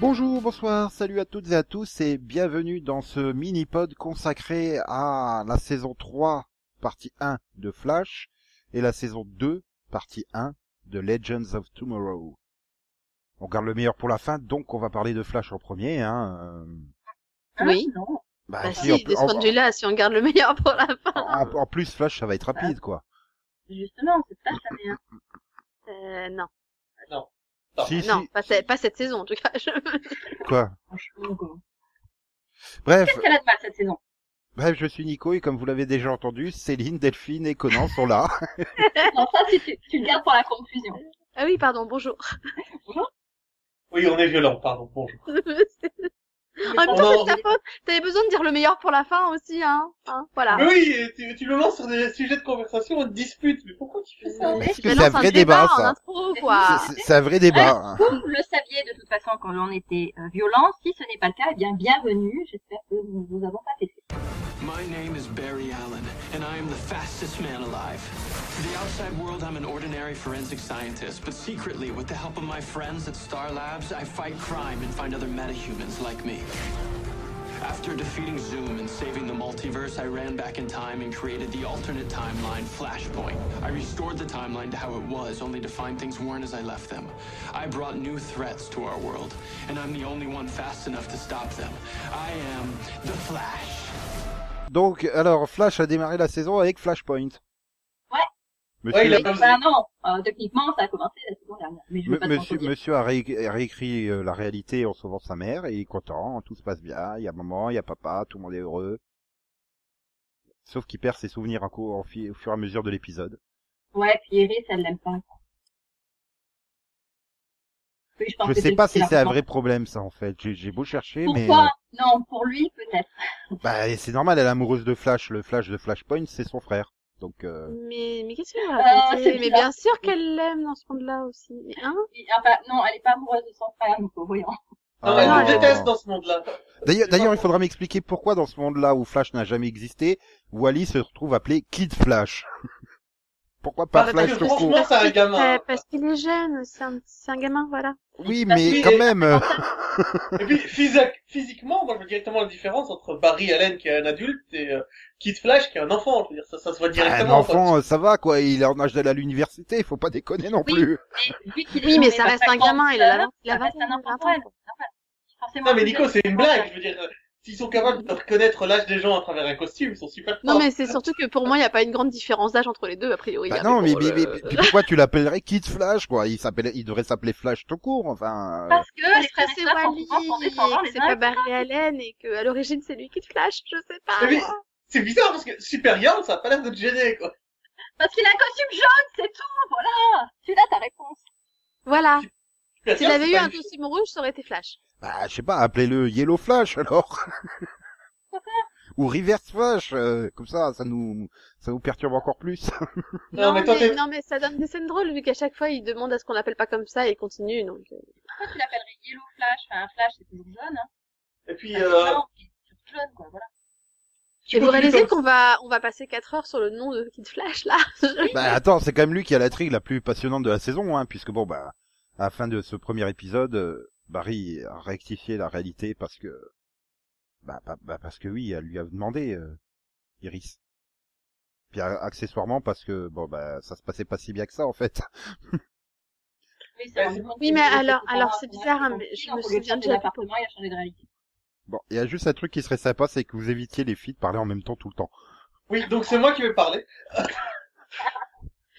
Bonjour, bonsoir, salut à toutes et à tous et bienvenue dans ce mini-pod consacré à la saison 3, partie 1 de Flash et la saison 2, partie 1 de Legends of Tomorrow. On garde le meilleur pour la fin, donc on va parler de Flash en premier. Hein. euh, Hein Oui. Non. Bah, Bah si, si, en pl- de ce point de vue-là, si on garde le meilleur pour la fin. en- en- en plus, Flash, ça va être rapide, quoi. Justement, c'est pas ça, hein, rien. Euh, non. Non. Si, non, si, pas, ce- pas cette saison en tout cas. Je- quoi. Franchement, quoi. Bref, Qu'est-ce qu'elle a de mal cette saison bref, je suis Nico et comme vous l'avez déjà entendu, Céline, Delphine et Conan sont là. Non, ça, si tu, tu le gardes pour la confusion. Ah oui, pardon, bonjour. Oui, on est violent, pardon. Bonjour. en même temps, c'est de ta faute. T'avais besoin de dire le meilleur pour la fin aussi, hein. hein voilà. Mais oui, tu, tu me lances sur des sujets de conversation, on dispute. Mais pourquoi Euh, tu fais ça Parce Je que c'est te un lance vrai débat, en ça. intro, quoi. C'est- c'est- C'est un vrai débat. hein. Vous le saviez de toute façon quand on était euh, violent. Si ce n'est pas le cas, eh bien, bienvenue. J'espère que nous vous avons pas fait de My name is Barry Allen, and I am the fastest man alive. To the outside world, I'm an ordinary forensic scientist, but secretly, with the help of my friends at Star Labs, I fight crime and find other metahumans like me. After defeating Zoom and saving the multiverse, I ran back in time and created the alternate timeline, Flashpoint. I restored the timeline to how it was, only to find things weren't as I left them. I brought new threats to our world, and I'm the only one fast enough to stop them. I am the Flash. Donc, alors, Flash a démarré la saison avec Flashpoint. Ouais. Monsieur, Ouais, il a- critique. Enfin, non. Euh, techniquement, ça a commencé la saison dernière. Mais je veux M- pas te monsieur, mentir. monsieur a, ré- a réécrit euh, la réalité en sauvant sa mère et il est content, tout se passe bien, il y a maman, il y a papa, tout le monde est heureux. Sauf qu'il perd ses souvenirs en cours, en fi- au fur et à mesure de l'épisode. Ouais, puis Iris, elle l'aime pas. quoi. Oui, pense Je que sais le- pas si c'est un l'argument. vrai problème ça en fait, j'ai j'ai beau chercher mais... Pourquoi Non, pour lui, peut-être. euh, bah, c'est normal, elle est amoureuse de Flash, le Flash de Flashpoint c'est son frère. Donc euh, Mais, mais qu'est-ce que vous Ah, racontez c'est Mais bizarre. bien sûr qu'elle l'aime dans ce monde-là aussi. Mais hein Oui, Enfin, non, elle est pas amoureuse de son frère, Nico, voyons. Non, ah, elle me déteste dans ce monde-là. D'ailleurs, d'ailleurs, il faudra m'expliquer pourquoi dans ce monde-là où Flash n'a jamais existé, Wally se retrouve appelé Kid Flash. pourquoi pas Parce Flash que tout court franchement, c'est un gamin. Euh, parce qu'il est jeune, c'est un, c'est un gamin, voilà. Oui, parce mais qu'il quand est- même. euh, Et puis, physique, physiquement, moi, je vois directement la différence entre Barry Allen, qui est un adulte, et euh, Kid Flash, qui est un enfant. Je veux dire, ça, ça se voit Un directement. quoi. enfant, euh, ça va quoi, il est en âge d'aller à l'université, il faut pas déconner non Oui. plus. Mais vu qu'il est Oui, dans mais les euh, ça reste un vacances gamin, il a seuls, la- il a ça reste 20 un ans, enfant 20 ans. pour elle. Normal. Forcément, Non, mais je veux Nico, dire, c'est une blague. Je veux dire, euh, s'ils sont capables de reconnaître l'âge des gens à travers un costume, ils sont super forts. Non, mais c'est surtout que pour moi, il n'y a pas une grande différence d'âge entre les deux, a priori. Oh. Bah hein, non, mais, bon, mais- euh, mais- puis pourquoi tu l'appellerais Kid Flash quoi Il s'appelle, il devrait s'appeler Flash tout court. Enfin, euh, Parce que les Parce que frères et c'est sœurs sont Wally, souvent fondés sur avoir et les que c'est uns pas et les autres. Barry Allen, et que à l'origine c'est lui qui te flash, je sais pas. Mais- C'est bizarre parce que supérieur, ça a pas l'air de te gêner, quoi. Parce qu'il a un costume jaune, c'est tout, voilà. Tu l'as ta réponse. Voilà, s'il Supérieur, avait c'est eu pas un une- costume rouge, ça aurait été flash. bah, je sais pas, appelez-le Yellow Flash alors. Ou Reverse Flash, euh, comme ça, ça nous, ça nous perturbe encore plus. Non, mais toi, t'es- non, mais ça donne des scènes drôles, vu qu'à chaque fois il demande à ce qu'on appelle pas comme ça et il continue, donc. euh, Pourquoi tu l'appellerais Yellow Flash Enfin, un Flash, c'est toujours jaune, hein. Et puis, Enfin, euh, non, c'est toujours jaune, quoi, voilà. tu Et vous continues réalisez comme- qu'on va, on va passer 4 heures sur le nom de Kid Flash, là? Bah attends, c'est quand même lui qui a la trigue la plus passionnante de la saison, hein, puisque bon bah à la fin de ce premier épisode, euh, Barry a rectifié la réalité parce que bah, bah, bah, parce que oui, elle lui a demandé euh, Iris. Puis a- accessoirement parce que bon bah ça se passait pas si bien que ça en fait. Oui, Ouais, vrai. c'est- Oui, mais alors- alors, c'est Son bizarre, appartement, hein, mais je il a me voulu souviens changer déjà- d'appartement, il a changé de réalité. Bon, il y a juste un truc qui serait sympa, c'est que vous évitiez les filles de parler en même temps tout le temps. Oui, donc c'est moi qui vais parler.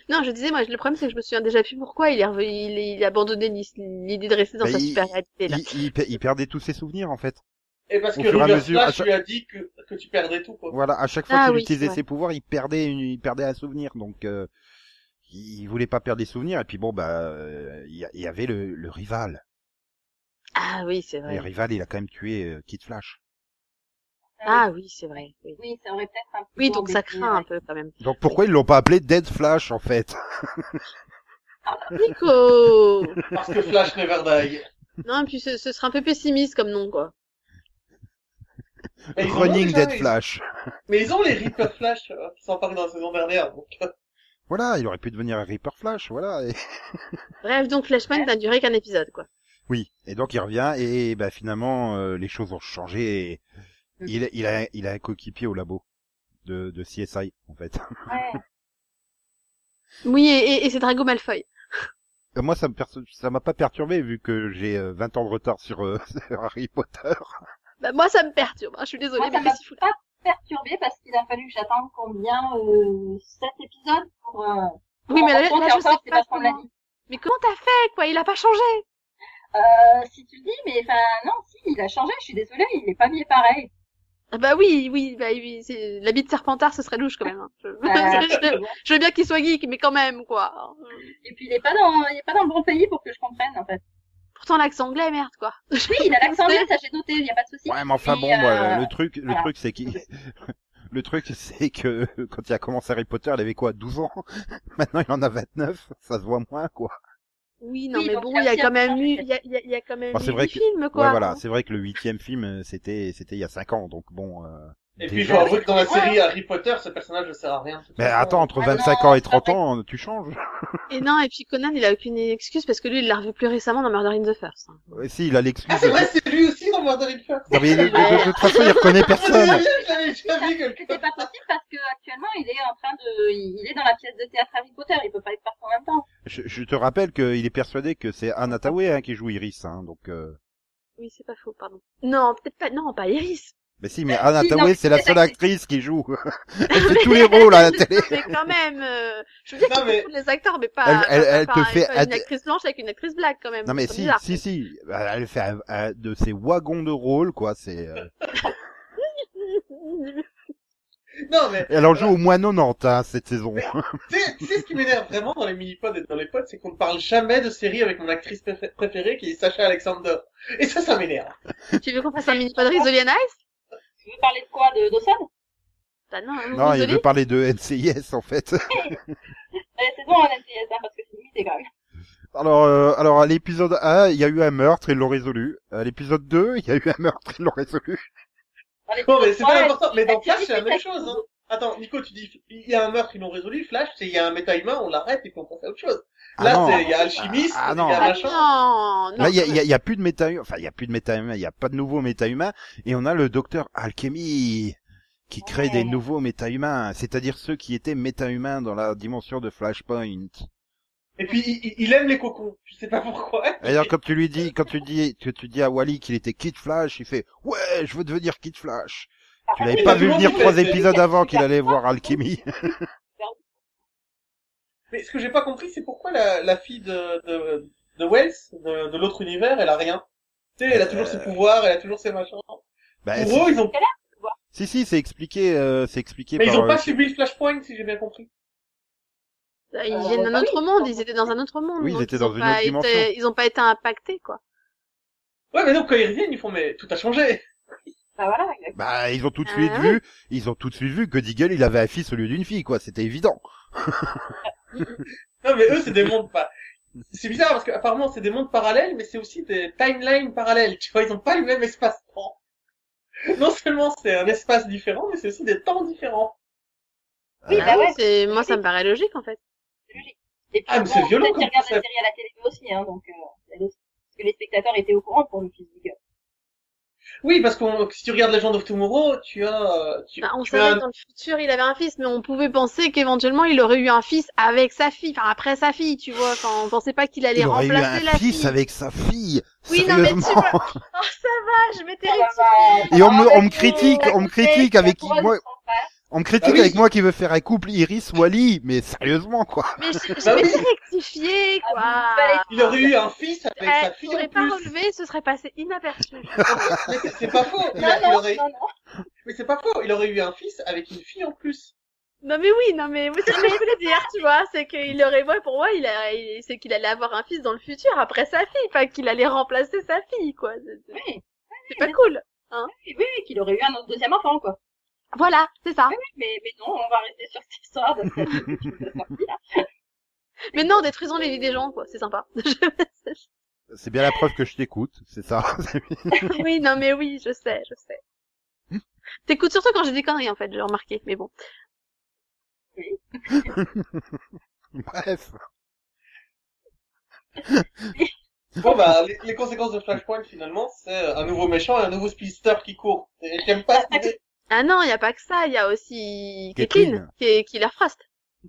non, je disais, moi, le problème c'est que je me souviens déjà plus pourquoi il est revenu, il, est- il a abandonné l'is- l'idée de rester dans Bah, sa il- super réalité, là. Il, il pe- il perdait tous ses souvenirs en fait. Et parce Au que fur et à River mesure, à Flash chaque- lui a dit que, que tu perdais tout, quoi. Voilà, à chaque fois Ah qu'il oui, utilisait ouais. ses pouvoirs, il perdait une, il perdait un souvenir, donc euh, il voulait pas perdre des souvenirs. Et puis bon, bah, euh, il y, a- il y avait le, le rival. Ah oui, c'est vrai. Le rival, il a quand même tué euh, Kid Flash. Ah oui, c'est vrai. Oui, Oui, ça aurait peut-être un peu Oui, donc ça embêté, craint un ouais. peu quand même. Donc pourquoi ils l'ont pas appelé Dead Flash en fait Nico! Parce que Flash never die. Non, et puis ce, ce serait un peu pessimiste comme nom, quoi. Mais ils en ont Running déjà, Dead ils- Flash. Mais ils ont les Reaper Flash euh, qui sont apparus dans la saison dernière. Donc... Voilà, il aurait pu devenir un Reaper Flash, voilà. Et... Bref, donc Flashpoint n'a duré qu'un épisode, quoi. Oui. Et donc il revient et bah finalement euh, les choses ont changé. Et Mm. il, il a il a un coéquipier au labo de de CSI en fait. Ouais. Oui, et, et, et c'est Drago Malfoy. Euh, Moi ça me perso- ça m'a pas perturbé vu que j'ai euh, 20 ans de retard sur, euh, sur Harry Potter. Bah, moi, ça me perturbe. hein, Je suis désolée, Moi, ça mais m'a qu'est-ce qu'il fout là pas perturbé parce qu'il a fallu que j'attende combien euh, 7 épisodes pour. Euh, pour Oui, me mais rendre là, compte, là, et je encore, sais c'est pas vachement de la comment. Mais comment t'as fait, quoi Il a pas changé. Euh, si tu le dis, mais enfin non, si, il a changé. Je suis désolée, il est pas mis pareil. Ah bah oui, oui, bah oui, c'est l'habit de Serpentard, ce serait louche quand même. hein. Je... je- Euh, je veux bien qu'il soit geek, mais quand même, quoi. et puis il est pas dans, il est pas dans le bon pays pour que je comprenne en fait. Pourtant, l'accent anglais, merde, quoi. Oui, il a l'accent anglais, ça j'ai noté, il y a pas de souci. Ouais, mais enfin Et, bon, moi, euh, le truc, le voilà. truc, c'est qu'il, le truc, c'est que quand il a commencé Harry Potter, il avait quoi, 12 ans Maintenant, il en a 29. Ça se voit moins, quoi. Oui, non, Oui, mais donc bon, il a il y a aussi un quand même changement, eu, en fait. il y a, il y a- il y a quand même Bah, c'est eu vrai des que- films, quoi. ouais, voilà. C'est vrai que le huitième film, euh, c'était, c'était il y a 5 ans, donc bon. euh, Et déjà- puis, je vois que dans la série Harry Potter, ce personnage ne sert à rien. de toute Mais façon. attends, entre Ah 25 non, ans et c'est 30 vrai. ans, tu changes. Et non, et puis Conan, il a aucune excuse parce que lui, il l'a revu plus récemment dans Murder in the First. hein. Ouais, Euh, Si, il a l'excuse. Ah, c'est de- vrai, c'est lui aussi dans Murder in First. Non, mais de, de- de- de toute façon, il reconnaît Je l'avais personne. vu, Ah, je l'avais déjà vu quelque C'est part. pas possible parce que actuellement il est en train de, il il est dans la pièce de théâtre Harry Potter, il peut pas être partout en même temps. Je, je te rappelle qu'il est persuadé que c'est Anna Tawai hein, qui joue Iris, hein, donc. euh, Oui, c'est pas faux, pardon. Non, peut-être pas, non, pas Iris. Mais si, mais Anna Si, Euh, non, Tawai, c'est la c'est seule vrai. actrice qui joue. Elle fait tous les rôles à la télé. mais quand même, euh, je veux dire Non, qu'ils mais- confondent les acteurs, mais pas, Elle- elle- pas- elle pas- te pas fait ad- une actrice blanche avec une actrice black, quand même. Non mais C'est si, bizarre. si, si, Bah, elle fait un- un- de ses wagons de rôle quoi. C'est, euh, Non, mais, elle en joue au moins 90 hein, cette saison. euh, tu sais, tu sais ce qui m'énerve vraiment dans les mini-pods et dans les pods, c'est qu'on ne parle jamais de série avec mon actrice préfé- préférée qui est Sacha Alexander. Et ça, ça m'énerve. tu veux qu'on fasse un mini pod Rizzoli and Ice? Tu veux parler de quoi, de Dawson Bah non, non, Rizzoli. il veut parler de NCIS en fait. Eh, C'est bon, on a essayé ça parce que c'est limité quand même. Alors, euh, alors à l'épisode 1, il y a eu un meurtre, ils l'ont résolu. À l'épisode 2, il y a eu un meurtre, ils l'ont résolu. Dans les Non, Oh, mais c'est pas Ouais, important. Mais dans c'est- Flash, c'est la c'est- même chose, hein. Attends, Nico, tu dis, il y a un meurtre, ils l'ont résolu. Flash, c'est il y a un méta humain, on l'arrête et puis on pense à autre chose. Ah Là, non. c'est, il y a alchimiste, Ah, ah il non. y a Ah machin. non, non. Là, il y a, quand il y a- il y a plus de méta, enfin il y a plus de méta humain, il y a pas de nouveaux méta humains et on a le docteur Alchemy qui crée Ouais. des nouveaux méta humains, c'est-à-dire ceux qui étaient méta humains dans la dimension de Flashpoint. Et puis, il- il, il aime les cocons. Je sais pas pourquoi. Et alors, quand tu lui dis, quand tu dis, que tu dis à Wally qu'il était Kid Flash, il fait, ouais, je veux devenir Kid Flash. Tu l'avais oui, pas mais vu comment venir tu trois fais, c'est- épisodes avant qu'il allait voir Alchemy. Mais ce que j'ai pas compris, c'est pourquoi la, la fille de, de, de Wells, de, de l'autre univers, elle a rien. Tu sais, elle a toujours ses pouvoirs, elle a toujours ses machins. Euh. Bah, Pour eux, ils ont, si, si, c'est expliqué, euh, c'est expliqué mais par, ils ont euh, pas subi le Flashpoint, si j'ai bien compris. même. Ils viennent d'un Ah oui. autre monde, ils étaient dans un autre monde. Oui, ils donc étaient ont dans une pas autre été- dimension. Ils ont pas été impactés, quoi. Ouais, mais donc, quand ils reviennent, ils font, mais tout a changé. hein. Bah voilà, exactement. bah, ils ont tout de suite Ah. vu, ils ont tout de suite vu que Deagle, il avait un fils au lieu d'une fille, quoi. C'était évident. Non, mais eux, c'est des mondes pas. C'est bizarre parce qu'apparemment, c'est des mondes parallèles, mais c'est aussi des timelines parallèles. Tu vois, ils ont pas le même espace-temps. Non seulement c'est un espace différent, mais c'est aussi des temps différents. Oui, Ah bah ouais. c'est, moi, ça me paraît logique, en fait. Et puis, Ah, mais c'est bon, violent peut-être qu'ils comme regardent la concept. série à la télé aussi, hein, donc, euh, elle aussi. parce que les spectateurs étaient au courant pour le fils du gars. Oui, parce que si tu regardes Legend of Tomorrow, tu as, euh, tu, Bah, on tu savait as un- que dans le futur, il avait un fils, mais on pouvait penser qu'éventuellement, il aurait eu un fils avec sa fille, enfin, après sa fille, tu vois. Enfin, on pensait pas qu'il allait Il aurait eu remplacer un Eh la fils fille. avec sa fille. Oui, non, mais tu Sérieusement. vois- Oh, ça va, je m'étais Ah, réussi. bah, bah, Et on me, bah, on me bah, critique, bah, on me écoutez, critique la avec qui, couronne moi, de son frère. on me critique Ah oui. avec moi qui veut faire un couple Iris-Wally, mais sérieusement, quoi. Mais je, je Bah m'étais oui. rectifié, quoi. Ah, vous Il aurait eu un fils avec Eh, sa tu fille en n'aurais pas plus. relevé, ce serait passé inaperçu. Mais c'est- c'est pas faux. Il, a- il Non, non, aurait... non, non. Mais c'est pas faux. Il aurait eu un fils avec une fille en plus. Non mais oui, non mais oui, c'est ce que je voulais dire, tu vois, c'est qu'il aurait, moi pour moi, il a, il- c'est qu'il allait avoir un fils dans le futur après sa fille, pas qu'il allait remplacer sa fille, quoi. C'est- C'est Oui, c'est pas cool. oui, oui, qu'il aurait eu un autre deuxième enfant, quoi. Voilà, c'est ça. Mais, mais non, on va rester sur cette histoire de cette de cette sortie-là. Mais non, détruisons les vies des gens, quoi, c'est sympa. C'est bien la preuve que je t'écoute, c'est ça. oui, non mais oui, je sais, je sais. T'écoutes surtout quand j'ai des conneries, en fait, j'ai remarqué, mais bon. Bref. Bon bah, les, les conséquences de Flashpoint finalement, c'est euh, un nouveau méchant et un nouveau speedster qui court. Et J'aime pas cette idée. Ah non, il y a pas que ça, il y a aussi Caitlyn. Caitlyn qui est Killer Frost.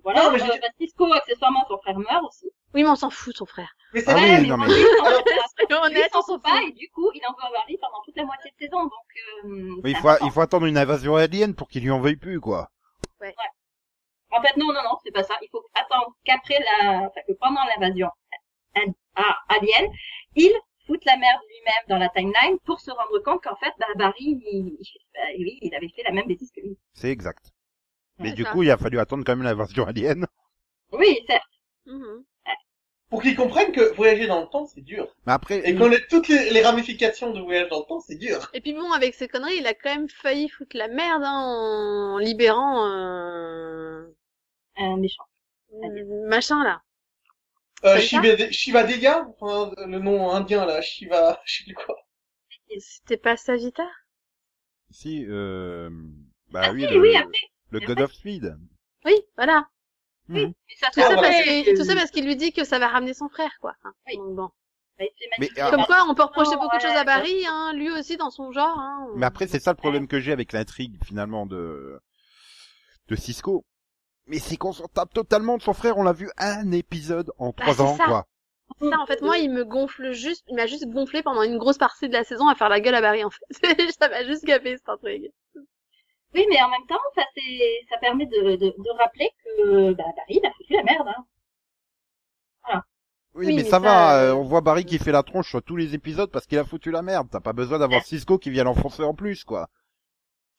Voilà, Non, mais euh, je dis- Francisco, accessoirement, son frère meurt aussi. Oui, mais on s'en fout de son frère. Mais c'est Ah vrai, oui, mais- non, mais- Lui, il s'en fout pas. Soyons Lui, il honnêtes, s'en fout pas, et du coup, il en veut à Barry pendant toute la moitié de saison, donc, euh, Il ça faut, attend. il faut attendre une invasion alien pour qu'il lui en veuille plus, quoi. En fait, non, non, non, c'est pas ça. Il faut attendre qu'après la, enfin, que pendant l'invasion al- à alien, il foute la merde lui-même dans la timeline pour se rendre compte qu'en fait, bah, Barry, il... bah, lui, il avait fait la même bêtise que lui. C'est exact. Mais Ouais, du ça. coup, il a fallu attendre quand même l'invasion alien. Oui, certes. Mhm. pour qu'ils comprennent que voyager dans le temps, c'est dur. Mais après, Et qu'on ait toutes les, les ramifications de voyage dans le temps, c'est dur. Et puis bon, avec ses conneries, il a quand même failli foutre la merde hein, en libérant euh... Un méchant. machin là. Euh, C'est Shiva, Shiva Deya, enfin, le nom indien là, Shiva, je sais plus quoi. C'était pas Savita si, euh, Ah, bah oui, si, le, oui, après. le mais God of Speed. Bah, Oui, voilà. Mais ça, Tout Ah, ça, voilà. parce que- tout ça parce qu'il lui dit que ça va ramener son frère, quoi. Hein, Oui. donc bon. Bah, il se fait Mais, manipuler. ah, Comme quoi, on peut reprocher non, beaucoup de ouais, choses à ouais. Barry, hein, lui aussi dans son genre. Hein. Mais après, c'est ça le problème que j'ai avec l'intrigue, finalement, de, de Cisco. Mais c'est qu'on s'en tape totalement de son frère, on l'a vu un épisode en Bah, trois c'est ans, ça. quoi. ça, en fait, moi, il me gonfle juste, il m'a juste gonflé pendant une grosse partie de la saison à faire la gueule à Barry, en fait. ça m'a juste gâté, cet intrigue. Oui, mais en même temps, ça, c'est, ça permet de, de, de rappeler que, bah, Barry, il a foutu la merde, hein. Oui, Oui, mais, mais ça va, ça, euh, euh, on voit Barry qui fait la tronche sur tous les épisodes parce qu'il a foutu la merde. T'as pas besoin d'avoir Cisco qui vient l'enfoncer en plus, quoi.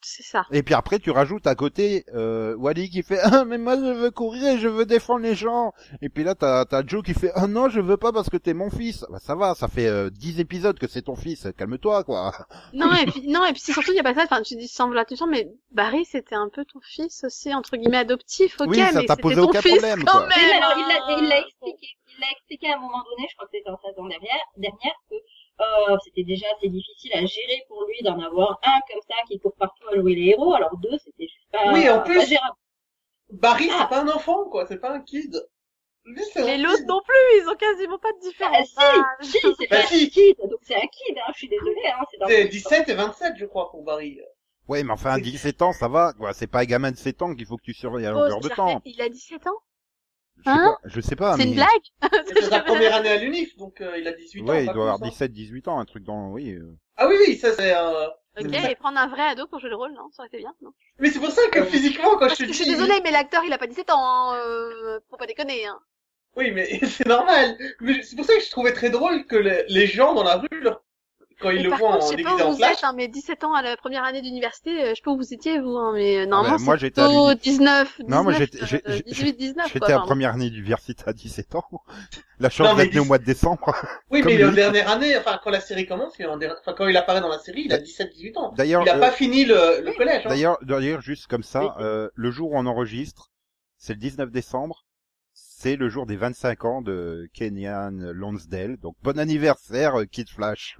C'est ça. Et puis après, tu rajoutes à côté euh, Wally qui fait « Ah, mais moi, je veux courir et je veux défendre les gens !» Et puis là, t'as t'as Joe qui fait « Ah non, je veux pas parce que t'es mon fils !» Bah ça va, ça fait euh, 10 épisodes que c'est ton fils, calme-toi, quoi Non, et puis, non, et puis c'est surtout, il y a pas que ça, enfin, tu dis, sans vouloir te dire, mais Barry, c'était un peu ton fils aussi, entre guillemets, adoptif, ok, Oui, ça mais t'a c'était posé ton aucun fils problème, quand quoi. même. Oui, mais alors, il hein. l'a, il l'a expliqué. Il l'a expliqué à un moment donné, je crois que c'était en saison dernière, dernière que, euh, c'était déjà assez difficile à gérer pour lui d'en avoir un comme ça qui court partout à louer les héros, alors deux, c'était juste pas, Oui, en pas plus- gérable. Barry, Ah. c'est pas un enfant quoi, c'est pas un kid. Lui, c'est un Les kid. l'autre non plus, ils ont quasiment pas de Ah, différence. si, si, c'est Bah, pas un si. kid, donc c'est un kid, hein, je suis désolée, hein, c'est dans C'est le- 17 et 27 je crois pour Barry. Ouais, mais enfin, 17 ans, ça va, quoi. C'est pas un gamin de 7 ans qu'il faut que tu surveilles à Oh, longueur de c'est temps. parfait. Il a 17 ans Je sais Hein pas, je sais pas, C'est mais... une blague C'est sa première année à l'UNIF, donc euh, il a 18 ans. Ouais, il pas doit avoir plus, hein. 17-18 ans, un truc dans... Oui, euh, Ah oui, oui, ça c'est un... Ok, blague. et prendre un vrai ado pour jouer le rôle, non Ça aurait été bien, non Mais c'est pour ça que physiquement quand Ah Parce je te que dis... je suis désolée, mais l'acteur, il a pas 17 ans, hein, euh, faut pas déconner, hein. Oui, mais c'est normal. Mais c'est pour ça que je trouvais très drôle que les, les gens dans la rue, leur- quand ils Et le par voient contre, en je sais pas déguisé où en vous flash, êtes, hein, mais 17 ans à la première année d'université, euh, je sais pas où vous étiez, vous, hein, mais euh, Ah normalement, ben, moi, c'est j'étais à plutôt l'uni- 19, 19, Non, moi, j'étais- euh, j'ai- j'ai- 18, 19, J'étais quoi, à enfin, première année d'université à 17 ans. La chance Non, mais d'être né au dix- mois de décembre. oui, comme mais il est en lui. dernière année, enfin, quand la série commence, il est en der- enfin, quand il apparaît dans la série, il a 17-18 ans. D'ailleurs, Il a euh, pas fini le, le collège. hein. d'ailleurs, d'ailleurs, juste comme Oui. ça, euh, le jour où on enregistre, c'est le 19 décembre. C'est le jour des 25 ans de Kenyan Lonsdale. Donc, bon anniversaire, euh, Kid Flash.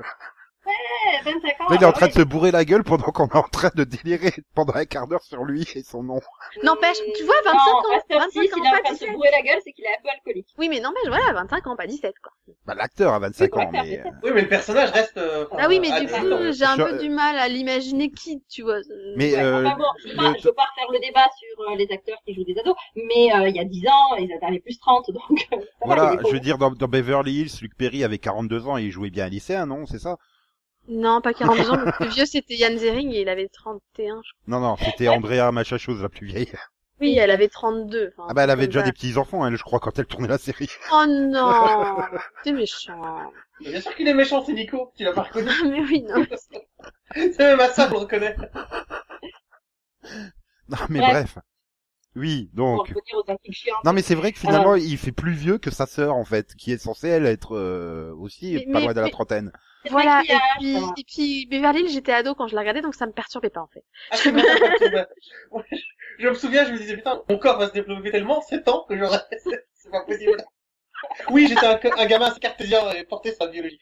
Ouais, 25 ans. Ah, Là, il est en bah alors, train de oui. se bourrer la gueule pendant qu'on est en train de délirer pendant un quart d'heure sur lui et son nom. N'empêche, tu vois, 25 Non, ans, Pasteur 25 Fils, ans, il est en pas train de se 17. bourrer la gueule, c'est qu'il est un peu alcoolique. Oui, mais non, mais voilà, 25 ans, pas 17, quoi. Bah, l'acteur a 25 Oui, ans, ouais, mais... euh, Oui, mais le personnage reste. euh, enfin, Ah oui, mais du adulte, coup, hein. j'ai un je- peu du mal à l'imaginer kid, tu vois. euh, Mais, Ouais, euh, enfin bon, je ne le- veux pas refaire le débat sur euh, les acteurs qui jouent des ados, mais euh, il y a 10 ans, ils avaient plus 30, donc... euh, ça va, Voilà, les je pauvres. veux dire, dans, dans Beverly Hills, Luc Perry avait 42 ans et il jouait bien un lycéen, non C'est ça Non, pas 42 ans, le plus vieux, c'était Yann Zering et il avait 31, je crois. Non, non, c'était Andrea Machachose, la plus vieille. Oui, elle avait 32. enfin, Ah bah, elle avait comme déjà ça. des petits-enfants, hein, je crois, quand elle tournait la série. Oh non T'es méchant. Ah, Bien sûr qu'il est méchant, c'est Nico, tu l'as pas reconnu. mais oui, non. C'est même à ça qu'on le reconnaît. Non, mais Bref. bref. Oui, Pour donc... revenir aux intrigues chiantes. Non mais c'est vrai que finalement il fait plus vieux que sa sœur en fait, qui est censée elle être euh, aussi Mais- pas mais- loin de la mais- trentaine. C'est le Voilà, et maquillage, puis, ça. et puis Beverly Hills, j'étais ado quand je la regardais, donc ça me perturbait pas, en fait. Ah, c'est pas ça qu'on trouve. Ouais, je- Je me souviens, je me disais, putain, mon corps va se développer tellement, 7 ans que j'aurais. c'est- C'est pas possible. Oui, j'étais un, un gamin assez cartésien et porté sur la biologie.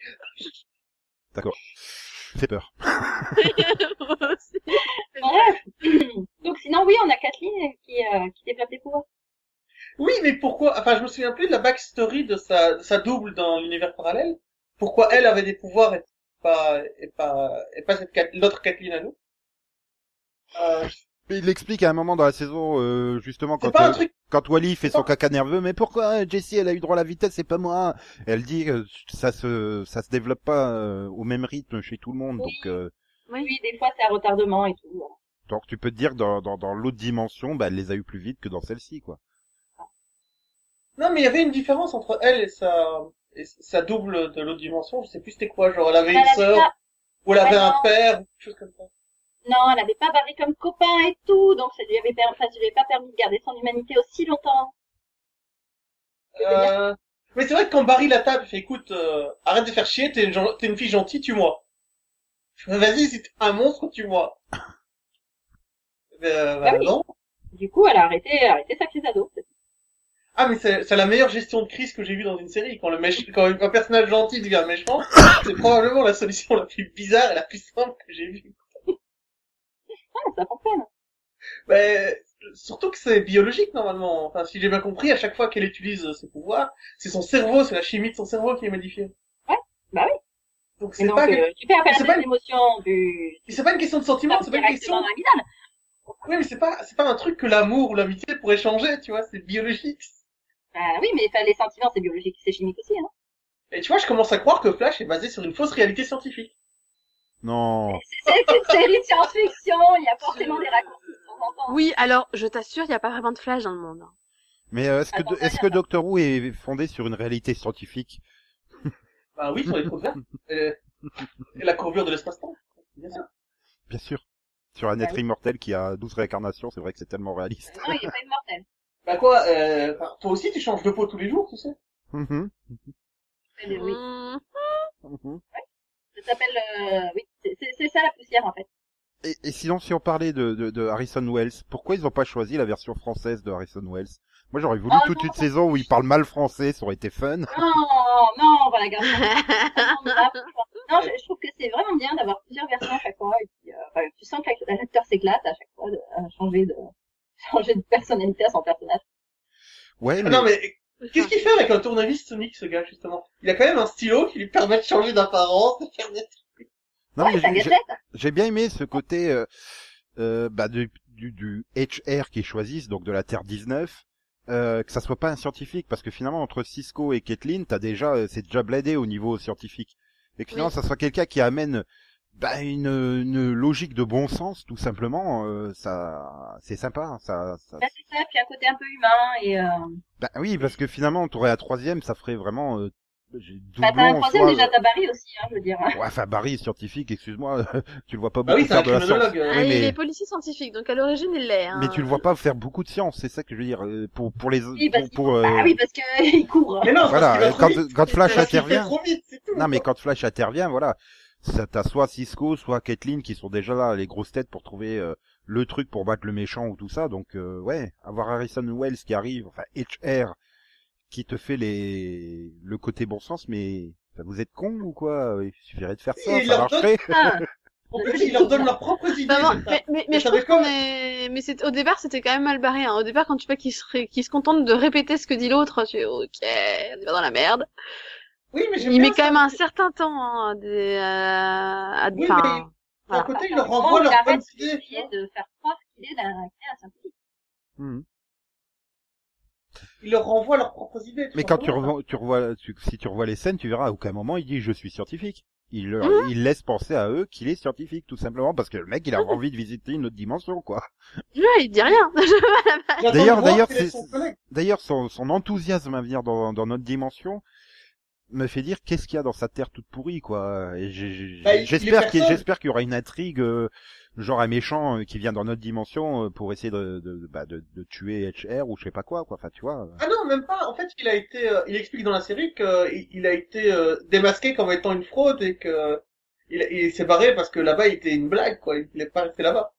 Fait peur. Moi aussi. Bref. Donc sinon, oui, on a Kathleen qui, euh, qui développe des pouvoirs. Oui, mais pourquoi Enfin, je me souviens plus de la backstory de sa, de sa double dans l'univers parallèle. pourquoi elle avait des pouvoirs et pas, et pas, et pas cette Kat- l'autre Kathleen à nous. Euh, Mais il l'explique à un moment dans la saison, euh, justement, c'est quand, pas un euh, truc, quand Wally fait son Non. caca nerveux, mais pourquoi euh, Jessie, elle a eu droit à la vitesse et pas moi Et Elle dit que ça se, ça se développe pas euh, au même rythme chez tout le monde, Oui. donc... euh, Oui, des fois, c'est à retardement et tout. donc tu peux te dire que dans, dans, dans l'autre dimension, bah, elle les a eu plus vite que dans celle-ci, quoi. non, mais il y avait une différence entre elle et sa, et sa double de l'autre dimension, je sais plus c'était quoi, genre elle avait Elle une avait sœur, pas- ou elle avait Ouais, un non. père, ou quelque chose comme ça. Non, elle n'avait pas barré comme copain et tout, donc ça lui avait, per- ça lui avait pas permis de garder son humanité aussi longtemps. Euh, mais c'est vrai que quand Barry l'attaque, il fait écoute, euh, arrête de faire chier, t'es une, gen- t'es une fille gentille, tue-moi. Euh, Vas-y, si t'es un monstre, tue-moi. Euh, bah, Ah oui. non. Du coup, elle a arrêté, elle a arrêté sa crise d'ado. Ah, mais c'est c'est la meilleure gestion de crise que j'ai vue dans une série. Quand le méch- quand un personnage gentil devient méchant, c'est probablement la solution la plus bizarre et la plus simple que j'ai vue. Ah, ça fonctionne. Mais, Ben, surtout que c'est biologique, normalement. Enfin, si j'ai bien compris, à chaque fois qu'elle utilise euh, ses pouvoirs, c'est son cerveau, c'est la chimie de son cerveau qui est modifiée. Ouais, bah oui. Donc Et c'est donc, pas, que- euh, tu fais appel c'est à pas tes une- émotions du, c'est pas une question de sentiment, c'est pas une directement question dans la vitale. Oui, mais c'est pas, c'est pas un truc que l'amour ou l'amitié pourrait changer, tu vois, c'est biologique. Bah oui, mais enfin, les sentiments, c'est biologique, c'est chimique aussi, hein. Et tu vois, je commence à croire que Flash est basé sur une fausse réalité scientifique. Non. C'est c'est une série de science-fiction, il y a forcément des raccourcis de temps en temps. Oui, alors, je t'assure, il n'y a pas vraiment de flash dans le monde. hein. Mais euh, est-ce que, Attends, do- est-ce que Doctor Who est fondé sur une réalité scientifique Bah oui, sur les trous de verre. Euh, et la courbure de l'espace-temps. Bien sûr. Bien sûr. Sur un Bah être immortel qui a 12 réincarnations, c'est vrai que c'est tellement réaliste. Non, il n'est pas immortel. Bah quoi, euh, enfin, toi aussi tu changes de peau tous les jours, tu sais. Mhm, Mais oui. Mmh. mhm. Ça s'appelle, euh, oui, c'est- c'est c'est ça la poussière, en fait. Et, et sinon, si on parlait de, de, de Harrison Wells, pourquoi ils n'ont pas choisi la version française de Harrison Wells Moi, j'aurais voulu Oh toute non. une saison où il parle mal français, ça aurait été fun. Non, non, on va la garder. Non, je, je trouve que c'est vraiment bien d'avoir plusieurs versions à chaque fois. Et puis, euh, enfin, tu sens que l'ac- l'acteur s'éclate à chaque fois de à changer de changer de personnalité à son personnage. Ouais, Ah, mais, Ah Non mais, qu'est-ce qu'il fait avec un tournevis Sonic, ce gars, justement? Il a quand même un stylo qui lui permet de changer d'apparence, de faire des... non, mais ouais, ça j'ai- gâchette. j'ai bien aimé ce côté euh, euh, bah, du, du, du HR qu'ils choisissent, donc de la Terre 19, euh, que ça soit pas un scientifique, parce que finalement entre Cisco et Kathleen, t'as déjà euh, c'est déjà bladé au niveau scientifique, et que finalement ça soit quelqu'un qui amène bah, une, une logique de bon sens, tout simplement, euh, ça c'est sympa, hein, ça, ça- Là, c'est ça, puis un côté un peu humain et euh, bah oui, parce que finalement t'aurais la troisième, ça ferait vraiment euh, j'ai bah, t'as un doublon en troisième soi, déjà, euh, t'as Barry aussi, hein, je veux dire. Ouais, enfin Barry est scientifique, excuse-moi, tu le vois pas Bah beaucoup oui, c'est un faire de la science. criminologue. Ah, euh. Oui, mais- Il est policier scientifique, donc à l'origine, il l'est. Hein. Mais tu le vois pas faire beaucoup de science, c'est ça que je veux dire. euh, Pour pour les Oui, parce pour, pour, euh, Ah oui, parce que il court. Mais non, c'est voilà. parce qu'il va euh, trop Quand, vite. quand Flash C'est parce qu'il fait intervient, trop vite, c'est tout. non mais quand Flash intervient, voilà, ça t'as soit Cisco, soit Kathleen qui sont déjà là, les grosses têtes pour trouver euh, le truc pour battre le méchant ou tout ça. Donc euh, ouais, avoir Harrison Wells qui arrive, enfin HR qui te fait les le côté bon sens, mais enfin, vous êtes con ou quoi Il suffirait de faire ça, Il ça leur donne- marcherait. Ah, En plus, il leur donne leurs propres Bah, idées. Maman, c'est ça. Bah, mais, mais, Bah, Mais mais je ça trouve déconne. qu'on est... Mais c'est... au départ, c'était quand même mal barré. Hein. Au départ, quand tu vois qu'il se... qu'il se contente de répéter ce que dit l'autre, tu fais OK, on est pas dans la merde. Oui, mais j'aime Il bien met quand même un certain temps hein, des, euh, à... Oui, enfin, mais- D'un Voilà. côté, ils leur leur renvoient il leurs bonnes arrête idées. tu d'essayer vois. de faire croire qu'il est d'un qu'il est un scientifique. Mhm. Ils leur renvoient leurs propres idées. Mais quand tu comprends revois, tu revois, tu- si tu revois les scènes, tu verras à aucun moment il dit je suis scientifique. Il, leur, Hein il laisse penser à eux qu'il est scientifique tout simplement parce que le mec il a envie de visiter une autre dimension quoi. ouais, il dit rien. J'attends de D'ailleurs- voir d'ailleurs, quel est c'est- son collègue. D'ailleurs son, son enthousiasme à venir dans, dans notre dimension me fait dire qu'est-ce qu'il y a dans sa terre toute pourrie quoi. Et j'ai- j'ai- Bah, il- il est J'espère qu'il personne. j'espère qu'il y aura une intrigue euh, genre un méchant euh, qui vient dans notre dimension euh, pour essayer de de, bah, de de tuer HR ou je sais pas quoi quoi. Enfin tu vois. euh. Ah non, même pas. En fait, il a été, euh, il explique dans la série qu'il il a été euh, démasqué comme étant une fraude et que il, il s'est barré parce que là-bas, il était une blague, quoi. Il n'est pas resté là-bas.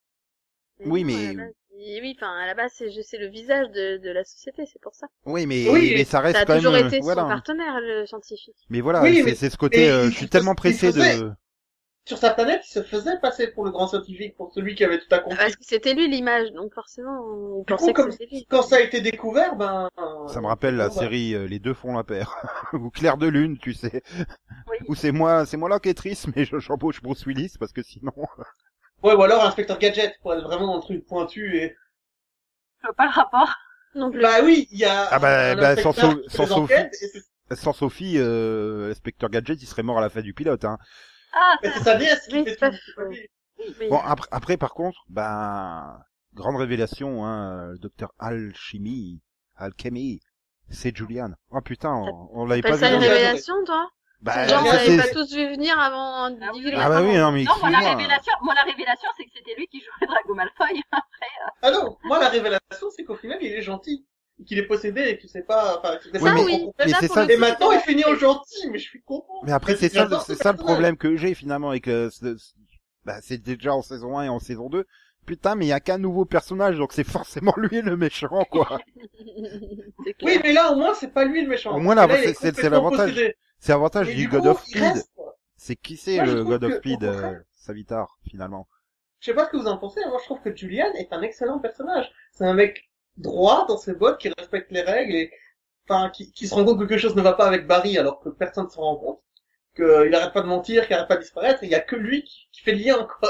Oui, Non, mais- à la base, il- Oui, enfin, à la base, c'est, je sais, le visage de, de la société, c'est pour ça. Oui mais Oui, mais ça reste Ça a quand toujours même. été voilà. son partenaire, le scientifique. Mais voilà Oui, c'est- mais- c'est ce côté mais euh, il- je suis tellement il pressé faisait- de sur sa planète, il se faisait passer pour le grand scientifique, pour celui qui avait tout à comprendre. Parce que c'était lui l'image, donc forcément, il Du pensait coup, que comme, c'était lui. quand ça a été découvert, ben... euh, Ça me rappelle la bon, bah, série euh, Les deux font la paire ou Claire de lune, tu sais, Oui. où c'est moi, c'est moi l'enquêtrice, mais je j'embauche Bruce Willis parce que sinon, Ouais, ou alors l'inspecteur Gadget, pour être vraiment dans le truc pointu et... Je vois pas le rapport. Non plus. Bah oui, il y a... Ah bah, un bah, sans inspecteur sau- qui fait sans des enquêtes, et c'est- sans Sophie, euh, l'inspecteur Gadget, il serait mort à la fin du pilote. Hein. Ah, mais c'est sa nièce Oui, qui fait c'est tout. pas- Mais- Bon après, après par contre, ben grande révélation, hein, le docteur Alchimie, Alchemy, c'est Julian. Oh putain, on, on l'avait pas T'appelles vu. hein. ça une venir. révélation, toi Bah, Genre, on ça, l'avait c'est- pas tous vu venir avant de Ah oui. divulguer Ah bah oui, l'information. non mais non, moi la excuse-moi. révélation, moi la révélation, c'est que c'était lui qui jouait Drago Malfoy. Ah non, moi la révélation, c'est qu'au final, il est gentil. Qu'il est possédé et que tu sais pas... Enfin, que tu sais Oui, pas Ça, mais- comment oui. on fait. mais Là, c'est pour ça- le coup, Et maintenant, il c'était- finit en gentil, mais je suis content. Mais après, c'est ça, J'adore ce c'est ça le personnage. problème que j'ai finalement avec le, ce- ce- bah, c'est déjà en saison 1 et en saison 2. Putain, mais il y a qu'un nouveau personnage, donc c'est forcément lui le méchant, quoi. C'est clair. Oui, mais là, au moins, c'est pas lui le méchant. Au moins, là, Parce c'est- que il est c'est- c'est complètement l'avantage. possédé. C'est l'avantage Et du du God coup, of il Speed. reste, quoi. C'est qui c'est Moi, je le trouve God of que, au Speed, contraire- euh, Savitar, finalement. Je sais pas ce que vous en pensez, mais moi, je trouve que Julian est un excellent personnage. C'est un mec droit dans ses bottes, qui respecte les règles et, enfin, qui, qui se rend compte que quelque chose ne va pas avec Barry alors que personne ne se rend compte. Qu'il arrête pas de mentir, qu'il arrête pas de disparaître, et il y a que lui qui, qui fait le lien, quoi.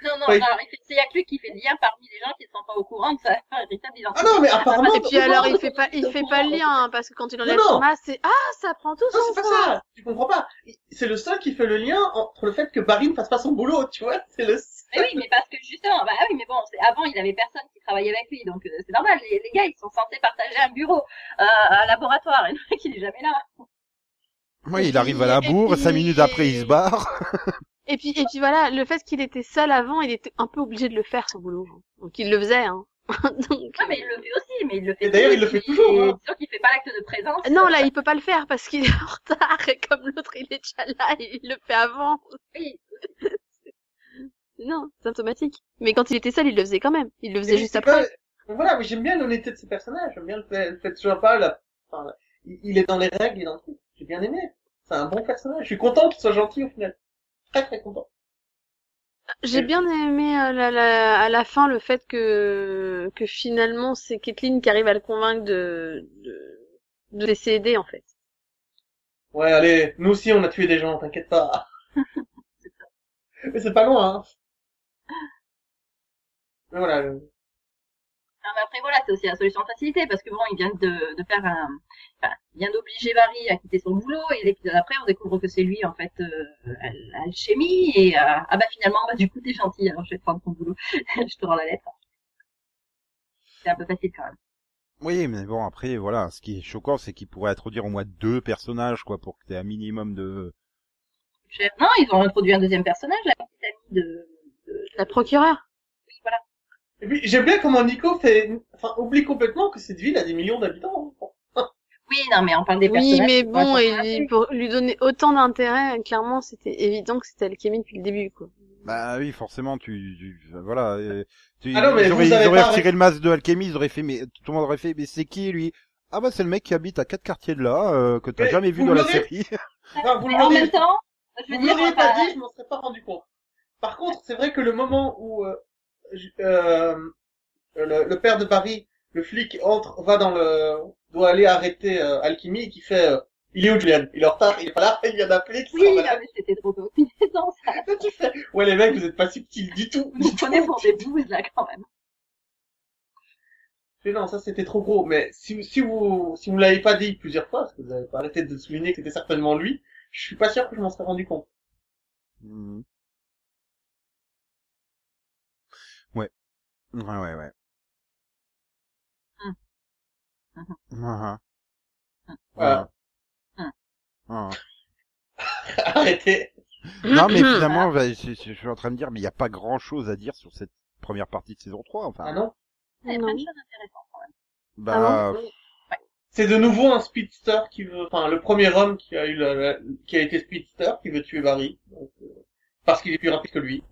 Non, non, Oui. alors il fait- il y a que lui qui fait le lien parmi les gens qui ne sont pas au courant de sa véritable identité. Ah non, mais apparemment... Et puis alors, il fait pas, il dans- fait pas le lien, hein, parce que quand il enlève Non, non. son masque, c'est ah, ça prend tout Non, son c'est pas poids. ça! Tu comprends pas! C'est le seul qui fait le lien entre le fait que Barry ne fasse pas son boulot, tu vois? C'est le Mais oui, mais parce que justement, bah ah oui, mais bon, c'est- avant il avait personne qui travaillait avec lui, donc euh, c'est normal. Les, les gars, ils sont censés partager un bureau, euh, un laboratoire, et le mec il est jamais là. Oui, il arrive à la puis- bourre, cinq minutes après, il se barre. Et puis, et puis voilà, le fait qu'il était seul avant, il était un peu obligé de le faire, son boulot. Donc il le faisait, hein. Donc, Non, mais il le fait aussi, mais il le fait. Et d'ailleurs, plus, il le fait mais- toujours, hein. Sauf qu'il fait pas l'acte de présence. Non, là, il peut pas le faire parce qu'il est en retard et comme l'autre, il est déjà là, il le fait avant. Oui. Non, symptomatique. Mais quand il était seul, il le faisait quand même. Il le faisait Et juste c'est après. pas- Donc Voilà, mais j'aime bien l'honnêteté de ce personnage. J'aime bien le fait, le fait que ce soit pas là. Enfin, là, il il est dans les règles, il est dans le truc. J'ai bien aimé. C'est un bon personnage. Je suis content qu'il soit gentil au final. Très très content. J'ai bien aimé euh, la- la- à la fin le fait que que finalement c'est Kathleen qui arrive à le convaincre de de, de laisser aider en fait. Ouais, allez, nous aussi on a tué des gens, t'inquiète pas. mais c'est pas loin, hein. Mais voilà. le- Non, Ah, mais après voilà, c'est aussi la solution de facilité parce que bon, il vient de, de faire un, enfin, il vient d'obliger Barry à quitter son boulot et l'épisode après, on découvre que c'est lui en fait euh, l'alchimie et euh, ah bah finalement, bah du coup t'es gentil, alors je vais te prendre ton boulot, je te rends la lettre. C'est un peu facile quand même. Oui, mais bon, après, voilà, ce qui est choquant, c'est qu'il pourrait introduire au moins deux personnages, quoi, pour que t'aies un minimum de... Cher- Non, ils ont introduit un deuxième personnage, la petite amie de, de- La procureure. Et puis j'aime bien comment Nico fait, enfin oublie complètement que cette ville a des millions d'habitants. hein. Oui, non, mais on parle des Oui, personnages. mais qui sont bon, et introduits. lui- pour lui donner autant d'intérêt, clairement, c'était évident que c'était alchimie depuis le début quoi. Bah oui, forcément, tu... tu- voilà, euh, tu... Ah non, mais ils vous auraient, ils avez auraient pas- retiré le masque de Alchemy, ils auraient fait, mais tout le monde aurait fait, mais c'est qui, lui Ah bah c'est le mec qui habite à quatre quartiers de là, euh, que t'as Mais jamais vu vous dans la l'aurez- série. Enfin, vous Mais en l'auriez- même temps, je veux Vous dire, m'auriez bah, pas dit, je m'en serais pas rendu compte. Par contre, c'est vrai que le moment où euh, je- euh, le, le père de Barry, le flic, entre, va dans le... doit aller arrêter euh, Alchemy et qui fait... euh, il est où Julian Il est en retard, il est pas là, il vient d'appeler. qui oui, s'en va non, là. mais c'était trop peu optimisant, ça. Tu fais, ouais les mecs, vous êtes pas subtils du tout. Vous Du nous tout. prenez pour des bouses, là, quand même. Mais non, ça c'était trop gros. Mais si, vous- si vous si vous l'avez pas dit plusieurs fois, parce que vous avez pas arrêté de souligner que c'était certainement lui, je suis pas sûr que je m'en serais rendu compte. Mhm. Ouais. Ouais, ouais, ouais. Hein. Hum. Mhm. Mhm. Voilà. Hein. Mhm. Mhm. Arrêtez. Non, mais finalement, bah, je, je- je suis en train de dire, mais il n'y a pas grand chose à dire sur cette première partie de saison 3, enfin. Ah non. Il y a Non. Ah plein de choses intéressantes, quand même. Bah, C'est de nouveau un speedster qui veut, enfin le premier homme qui a eu la- la- qui a été speedster qui veut tuer Barry donc, euh, parce qu'il est plus rapide que lui.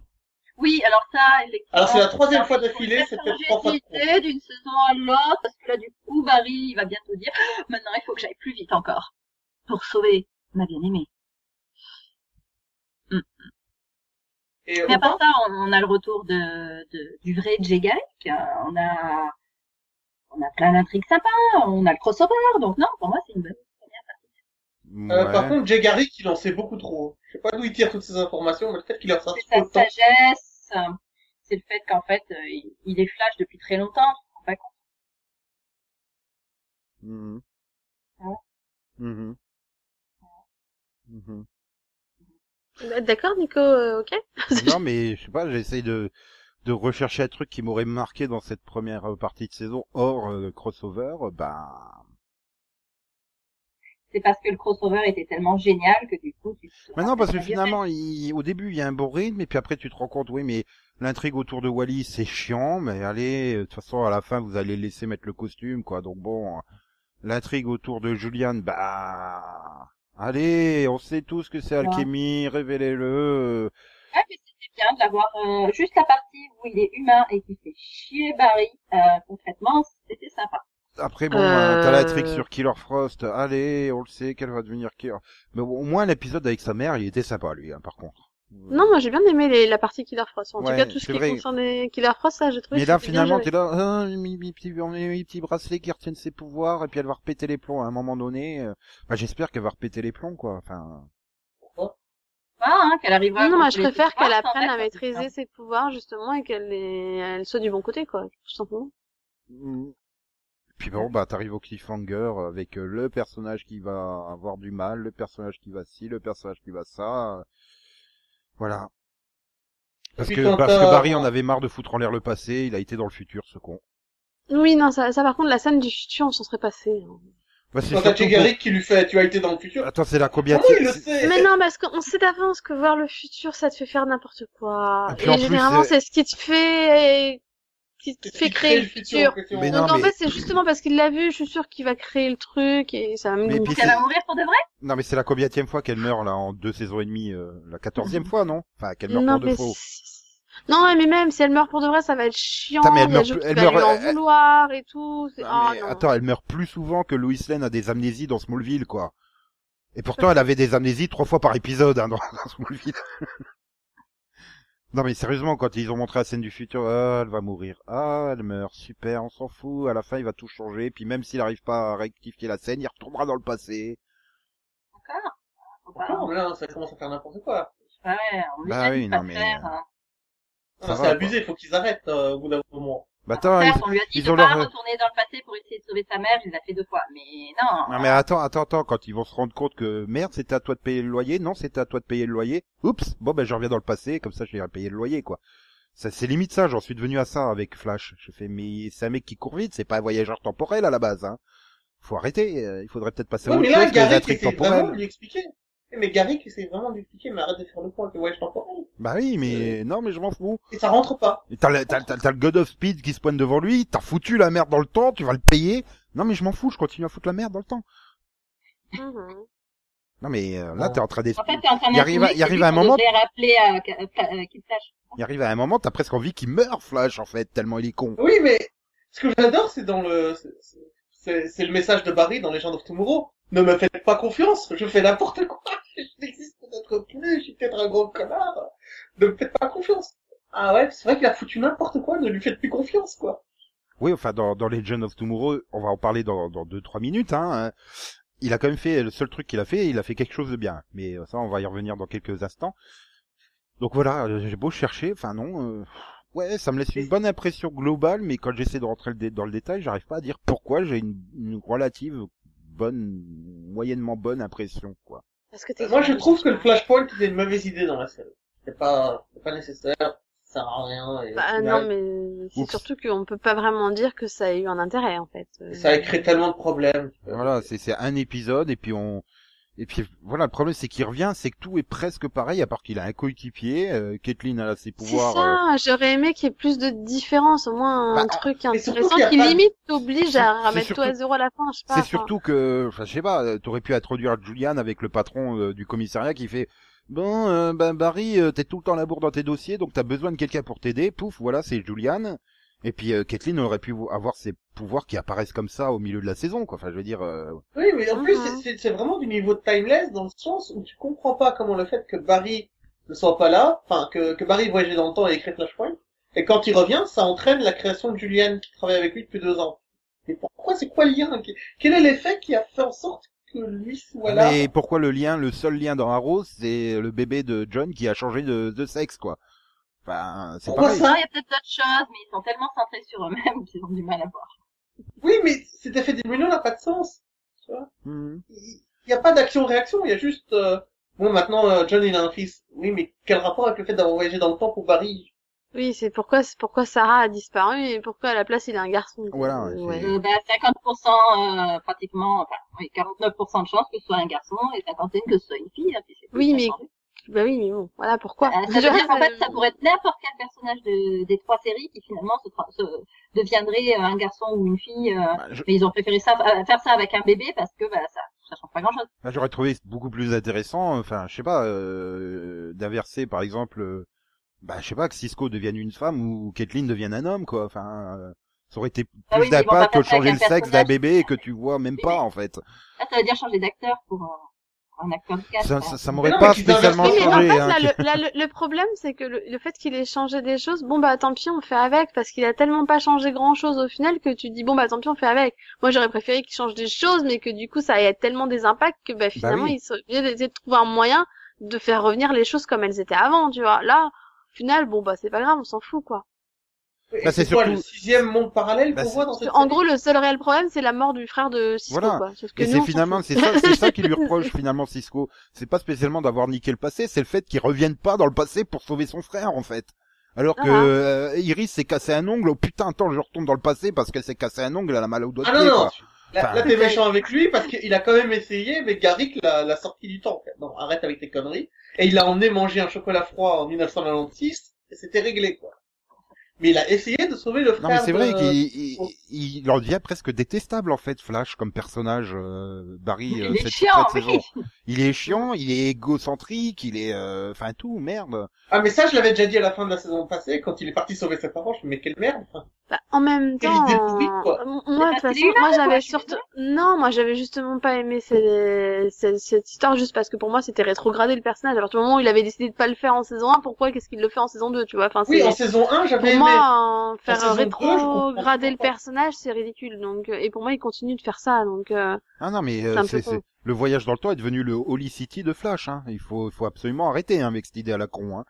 Oui, alors ça, effectivement. Alors, c'est la troisième ça, fois il faut d'affilée, faire c'est peut-être changer trois fois de trop. d'idée d'une saison à l'autre, parce que là, du coup, Barry, il va bientôt dire, maintenant, il faut que j'aille plus vite encore. Pour sauver ma bien-aimée. Et Mais à on part pense, ça, on, on a le retour de, de- du vrai Jay Garrick. euh, On a, on a plein d'intrigues sympas. On a le crossover. Donc non, pour moi, c'est une bonne. euh, Ouais. par contre, Jay Garrick, il en sait beaucoup trop. Je sais pas d'où il tire toutes ces informations, mais le fait qu'il en sorte C'est tout sa le temps. sagesse. euh, C'est le fait qu'en fait, euh, il, il est flash depuis très longtemps. on s'en rend pas compte. Mhm. Ouais. Mhm. Mhm. Bah, D'accord, Nico, euh, ok. Non, mais je sais pas, j'essaye de de rechercher un truc qui m'aurait marqué dans cette première euh, partie de saison. Or, euh, crossover, euh, bah... C'est parce que le crossover était tellement génial que du coup, tu te- Maintenant, parce que finalement, il- au début, il y a un bon rythme, et puis après, tu te rends compte, oui, mais l'intrigue autour de Wally, c'est chiant, mais allez, euh, de toute façon, à la fin, vous allez laisser mettre le costume, quoi. Donc bon, euh, l'intrigue autour de Julian, bah... Allez, on sait tous que c'est Ouais. alchimie, révélez-le. Ah, mais c'était bien de l'avoir euh, juste la partie où il est humain et qui fait chier Barry. euh, concrètement, c'était sympa. Après, bon, euh, t'as Euh. l'intrigue sur Killer Frost. Allez, on le sait qu'elle va devenir Killer. Mais au moins, l'épisode avec sa mère, il était sympa, lui, hein, par contre. Non, moi j'ai bien aimé les- la partie Killer Frost. En Ouais, tout cas, tout ce c'est qui vrai. concernait Killer Frost, ça, j'ai trouvé. Mais que là, c'était bien finalement, géré. t'es là, ah, mes, mes petits, mes- mes petits bracelets qui retiennent ses pouvoirs, et puis elle va repéter les plombs à un moment donné. euh, Bah, j'espère qu'elle va repéter les plombs, quoi. Enfin, Pas, hein, qu'elle arrive Non, non, moi je préfère qu'elle apprenne à maîtriser ses pouvoirs justement et qu'elle les... elle soit du bon côté, quoi. Tout simplement. mm. puis bon, bah, t'arrives au cliffhanger avec euh, le personnage qui va avoir du mal, le personnage qui va ci, le personnage qui va ça. euh, Voilà. Parce puis que, quand parce que t'as- Barry en avait marre de foutre en l'air le passé, il a été dans le futur, ce con. Oui, non, ça, ça par contre, la scène du futur, on s'en serait passé. hein. Bah, c'est Quand t'as surtout Jay Garrick qui lui fait, tu as été dans le pour- futur. Attends, c'est la combien Comment il le sait? Mais non, parce qu'on sait d'avance que voir le futur, ça te fait faire n'importe quoi. Et puis, Et, en plus, euh, généralement, c'est- c'est ce qui te fait, qui te C'est ce fait qui créer le futur. question. Mais non, Donc en fait, c'est justement parce qu'il l'a vu, je suis sûre qu'il va créer le truc et ça va me Mais puis gonfler. Elle c'est- va mourir pour de vrai Non, mais c'est la combienième fois qu'elle meurt, là, en deux saisons et demie, euh, la quatorzième fois, non? Enfin, qu'elle meurt Mm. Non, pour oh. deux mais fois. c'est- non, ouais, mais même si elle meurt pour de vrai, ça va être chiant. Putain, mais elle il y a meurt Joe plus- qui elle va meurt- lui en elle- vouloir et tout. c'est- Non, Ah, oh, mais non. attends, elle meurt plus souvent que Lois Lane a des amnésies dans Smallville, quoi. Et pourtant, elle avait des amnésies trois fois par épisode, hein, dans, dans Smallville. non, mais sérieusement, quand ils ont montré la scène du futur, ah, elle va mourir, ah, elle meurt, super, on s'en fout, à la fin, il va tout changer, puis même s'il n'arrive pas à rectifier la scène, il retournera dans le passé. Faut pas, Non, Ah, mais là, ça commence à faire n'importe quoi. Ouais, on lui Bah a dit oui, de non, pas mais- faire, hein. Non, Ça C'est va, abusé, il faut qu'ils arrêtent euh, au bout d'un moment. Bah, attends, Certes, ils- on lui a dit ils de ont pas leur- euh, retourner dans le passé pour essayer de sauver sa mère, il l'a fait deux fois. Mais non. Non Ah, mais attends, attends, attends, quand ils vont se rendre compte que merde, c'était à toi de payer le loyer, non, c'était à toi de payer le loyer. Oups, bon ben je reviens dans le passé, comme ça je vais payer le loyer quoi. Ça c'est limite ça, j'en suis devenu à ça avec Flash. Je fais mais c'est un mec qui court vite, c'est pas un voyageur temporel à la base hein. Faut arrêter, euh, il faudrait peut-être passer à Ouais, autre mais chose là, que les Garrick intrigues essaie vraiment temporelles. de lui expliquer. Eh, Mais Garrick essaie vraiment de lui expliquer, mais arrête de faire le point avec le voyage temporel. Bah oui, Euh. mais non mais je m'en fous. Et ça rentre pas. Et T'as le, t'as- t'as- t'as le God of Speed qui se pointe devant lui, t'as foutu la merde dans le temps, tu vas le payer. Non mais je m'en fous, je continue à foutre la merde dans le temps. Mhm. Non mais euh, là Ouais. t'es en train En d'expliquer. fait, t'es en train Il arrive à- d'insinuer il arrive que à un on moment- devrait rappeler euh, à, à- à- à Kid Flash. Il arrive à un moment, t'as presque envie qu'il meure Flash en fait, tellement il est con. Oui, mais ce que j'adore, c'est dans le, c'est- c'est c'est le message de Barry dans Legend of Tomorrow. Ne me faites pas confiance, je fais n'importe quoi. Je n'existe peut-être plus, je suis peut-être un gros connard. Ne me faites pas confiance. Ah ouais, c'est vrai qu'il a foutu n'importe quoi, ne lui faites plus confiance, quoi. Oui, enfin, dans, dans Legend of Tomorrow, on va en parler dans, dans deux, trois minutes, hein. euh, Il a quand même fait, le seul truc qu'il a fait, il a fait quelque chose de bien. Mais euh, ça, on va y revenir dans quelques instants. Donc voilà, euh, j'ai beau chercher, enfin non, euh, ouais, ça me laisse une bonne impression globale, mais quand j'essaie de rentrer le dé- dans le détail, j'arrive pas à dire pourquoi j'ai une, une relative bonne, moyennement bonne impression, quoi. Parce que t'es- Moi, je trouve que le Flashpoint était une mauvaise idée dans la série. C'est pas, c'est pas nécessaire, ça sert à rien. Et, au Bah, final, non, mais c'est Oups. surtout qu'on peut pas vraiment dire que ça a eu un intérêt, en fait. Euh, Ça a créé tellement de problèmes. Voilà, c'est c'est un épisode et puis on et puis voilà, le problème c'est qu'il revient, c'est que tout est presque pareil à part qu'il a un coéquipier, euh, Caitlyn elle a ses C'est pouvoirs. euh, ça, j'aurais aimé qu'il y ait plus de différence, au moins un Bah, truc surtout intéressant qu'il y a qui pas de- limite t'oblige à C'est- c'est remettre tout à surtout- zéro à la fin, je sais pas. C'est enfin. surtout que, enfin, je sais pas, euh, t'aurais pu introduire Julian avec le patron euh, du commissariat qui fait, bon, euh, ben Barry, euh, t'es tout le temps à la bourre dans tes dossiers, donc t'as besoin de quelqu'un pour t'aider. Pouf, voilà, c'est Julian. Et puis euh, Caitlyn aurait pu avoir ses pouvoirs qui apparaissent comme ça au milieu de la saison, quoi. Enfin, je veux dire, euh, Oui, mais en plus, Mhm. c'est- c'est c'est vraiment du niveau de timeless dans le sens où tu comprends pas comment le fait que Barry ne soit pas là, enfin que, que Barry voyageait dans le temps et écrit Flashpoint, et quand il revient, ça entraîne la création de Julian qui travaille avec lui depuis deux ans. Mais pourquoi c'est quoi le lien Quel est l'effet qui a fait en sorte que lui soit là Mais pourquoi le lien, le seul lien dans Arrow, c'est le bébé de John qui a changé de, de sexe, quoi. Enfin, c'est Pourquoi pareil. ça Ça, il y a peut-être d'autres choses, mais ils sont tellement centrés sur eux-mêmes qu'ils ont du mal à voir. Oui, mais cet effet domino n'a pas de sens. Mhm. Il n'y a pas d'action-réaction, il y a juste... euh, Bon, maintenant, euh, John, il a un fils. Oui, mais quel rapport avec le fait d'avoir voyagé dans le temps pour Barry Oui, c'est pourquoi, c'est pourquoi Sarah a disparu et pourquoi à la place il a un garçon. Voilà, ouais, Ouais. c'est- Euh, ben, 50% euh, pratiquement, enfin, oui, 49% de chances que ce soit un garçon et 51 que ce soit une fille. hein, puis c'est tout, Oui, ça mais- change. Bah oui, mais bon, voilà pourquoi. Euh, ça veut dire qu'en fait, ça pourrait être n'importe quel personnage de, des trois séries qui finalement se, tra- se deviendrait euh, un garçon ou une fille. euh, Bah, je- mais ils ont préféré ça, euh, faire ça avec un bébé parce que bah, ça, ça change pas grand-chose. Bah, J'aurais trouvé beaucoup plus intéressant, enfin, je sais pas, euh, d'inverser, par exemple, euh, bah, je sais pas, que Cisco devienne une femme ou Caitlyn devienne un homme, quoi. Enfin, euh, ça aurait été plus Ah oui, mais ils vont d'impact que pas de faire ça changer le avec un sexe d'un personnage. bébé que tu vois même pas, en fait. Là, ça veut dire changer d'acteur pour euh, un acteur de cast. Ça, quoi. ça, ça Mais m'aurait non, pas mais qu'ils spécialement Oui, inversent mais en changé. fait, hein, là, tu- le, là, le, le problème, c'est que le, le fait qu'il ait changé des choses, bon bah tant pis, on fait avec, parce qu'il a tellement pas changé grand chose au final que tu dis bon bah tant pis, on fait avec. Moi j'aurais préféré qu'il change des choses, mais que du coup ça ait tellement des impacts que bah finalement oui. il serait obligé d'essayer de trouver un moyen de faire revenir les choses comme elles étaient avant, tu vois. Là, au final, bon bah c'est pas grave, on s'en fout quoi. Et Bah, c'est c'est quoi surtout- le sixième monde parallèle Bah, qu'on c'est- voit dans cette En série gros, le seul réel problème, c'est la mort du frère de Cisco, Voilà. quoi. Sauf que Et nous, c'est on s'en finalement, fout. c'est ça, c'est ça qui lui reproche finalement Cisco. C'est pas spécialement d'avoir niqué le passé, c'est le fait qu'il revienne pas dans le passé pour sauver son frère en fait. Alors que Ah. euh, Iris s'est cassé un ongle, oh putain, attends, je retourne dans le passé parce qu'elle s'est cassé un ongle, elle a mal au doigt de Ah non, pied, non, quoi. tu- là, Enfin- là, t'es méchant avec lui parce qu'il a quand même essayé, mais Garrick l'a, l'a sorti du temps. en fait. Non, arrête avec tes conneries. Et il l'a emmené manger un chocolat froid en 1996, et c'était réglé, quoi. Mais il a essayé de sauver le frère Non mais c'est vrai de- qu'il il, il- il en devient presque détestable en fait Flash comme personnage euh, Barry Il euh, est cette, chiant, cette oui. saison. Il est chiant, il est égocentrique, il est euh, enfin tout merde. Ah, mais ça, je l'avais déjà dit à la fin de la saison passée, quand il est parti sauver ses parents, je me dis, mais quelle merde. Bah, en même Quelle temps, idée pourrie, quoi. euh, m- moi de toute parce façon, qu'il est moi là, quoi, j'avais je suis surtout non, moi j'avais justement pas aimé ces- ces- cette histoire juste parce que pour moi c'était rétrogradé le personnage. À partir du moment où il avait décidé de pas le faire en saison 1, pourquoi qu'est-ce qu'il le fait en saison 2, tu vois Enfin, Oui, Ah, c'est en saison 1, j'avais pour aimé. moi euh, faire saison 2, je comprends rétrograder le pas. personnage, c'est ridicule. Donc euh, et pour moi il continue de faire ça. Donc euh, Ah non mais euh, C'est un peu c'est, con. c'est- le voyage dans le temps est devenu le Holy City de Flash. Hein. Il faut, faut absolument arrêter hein, avec cette idée à la con. Hein.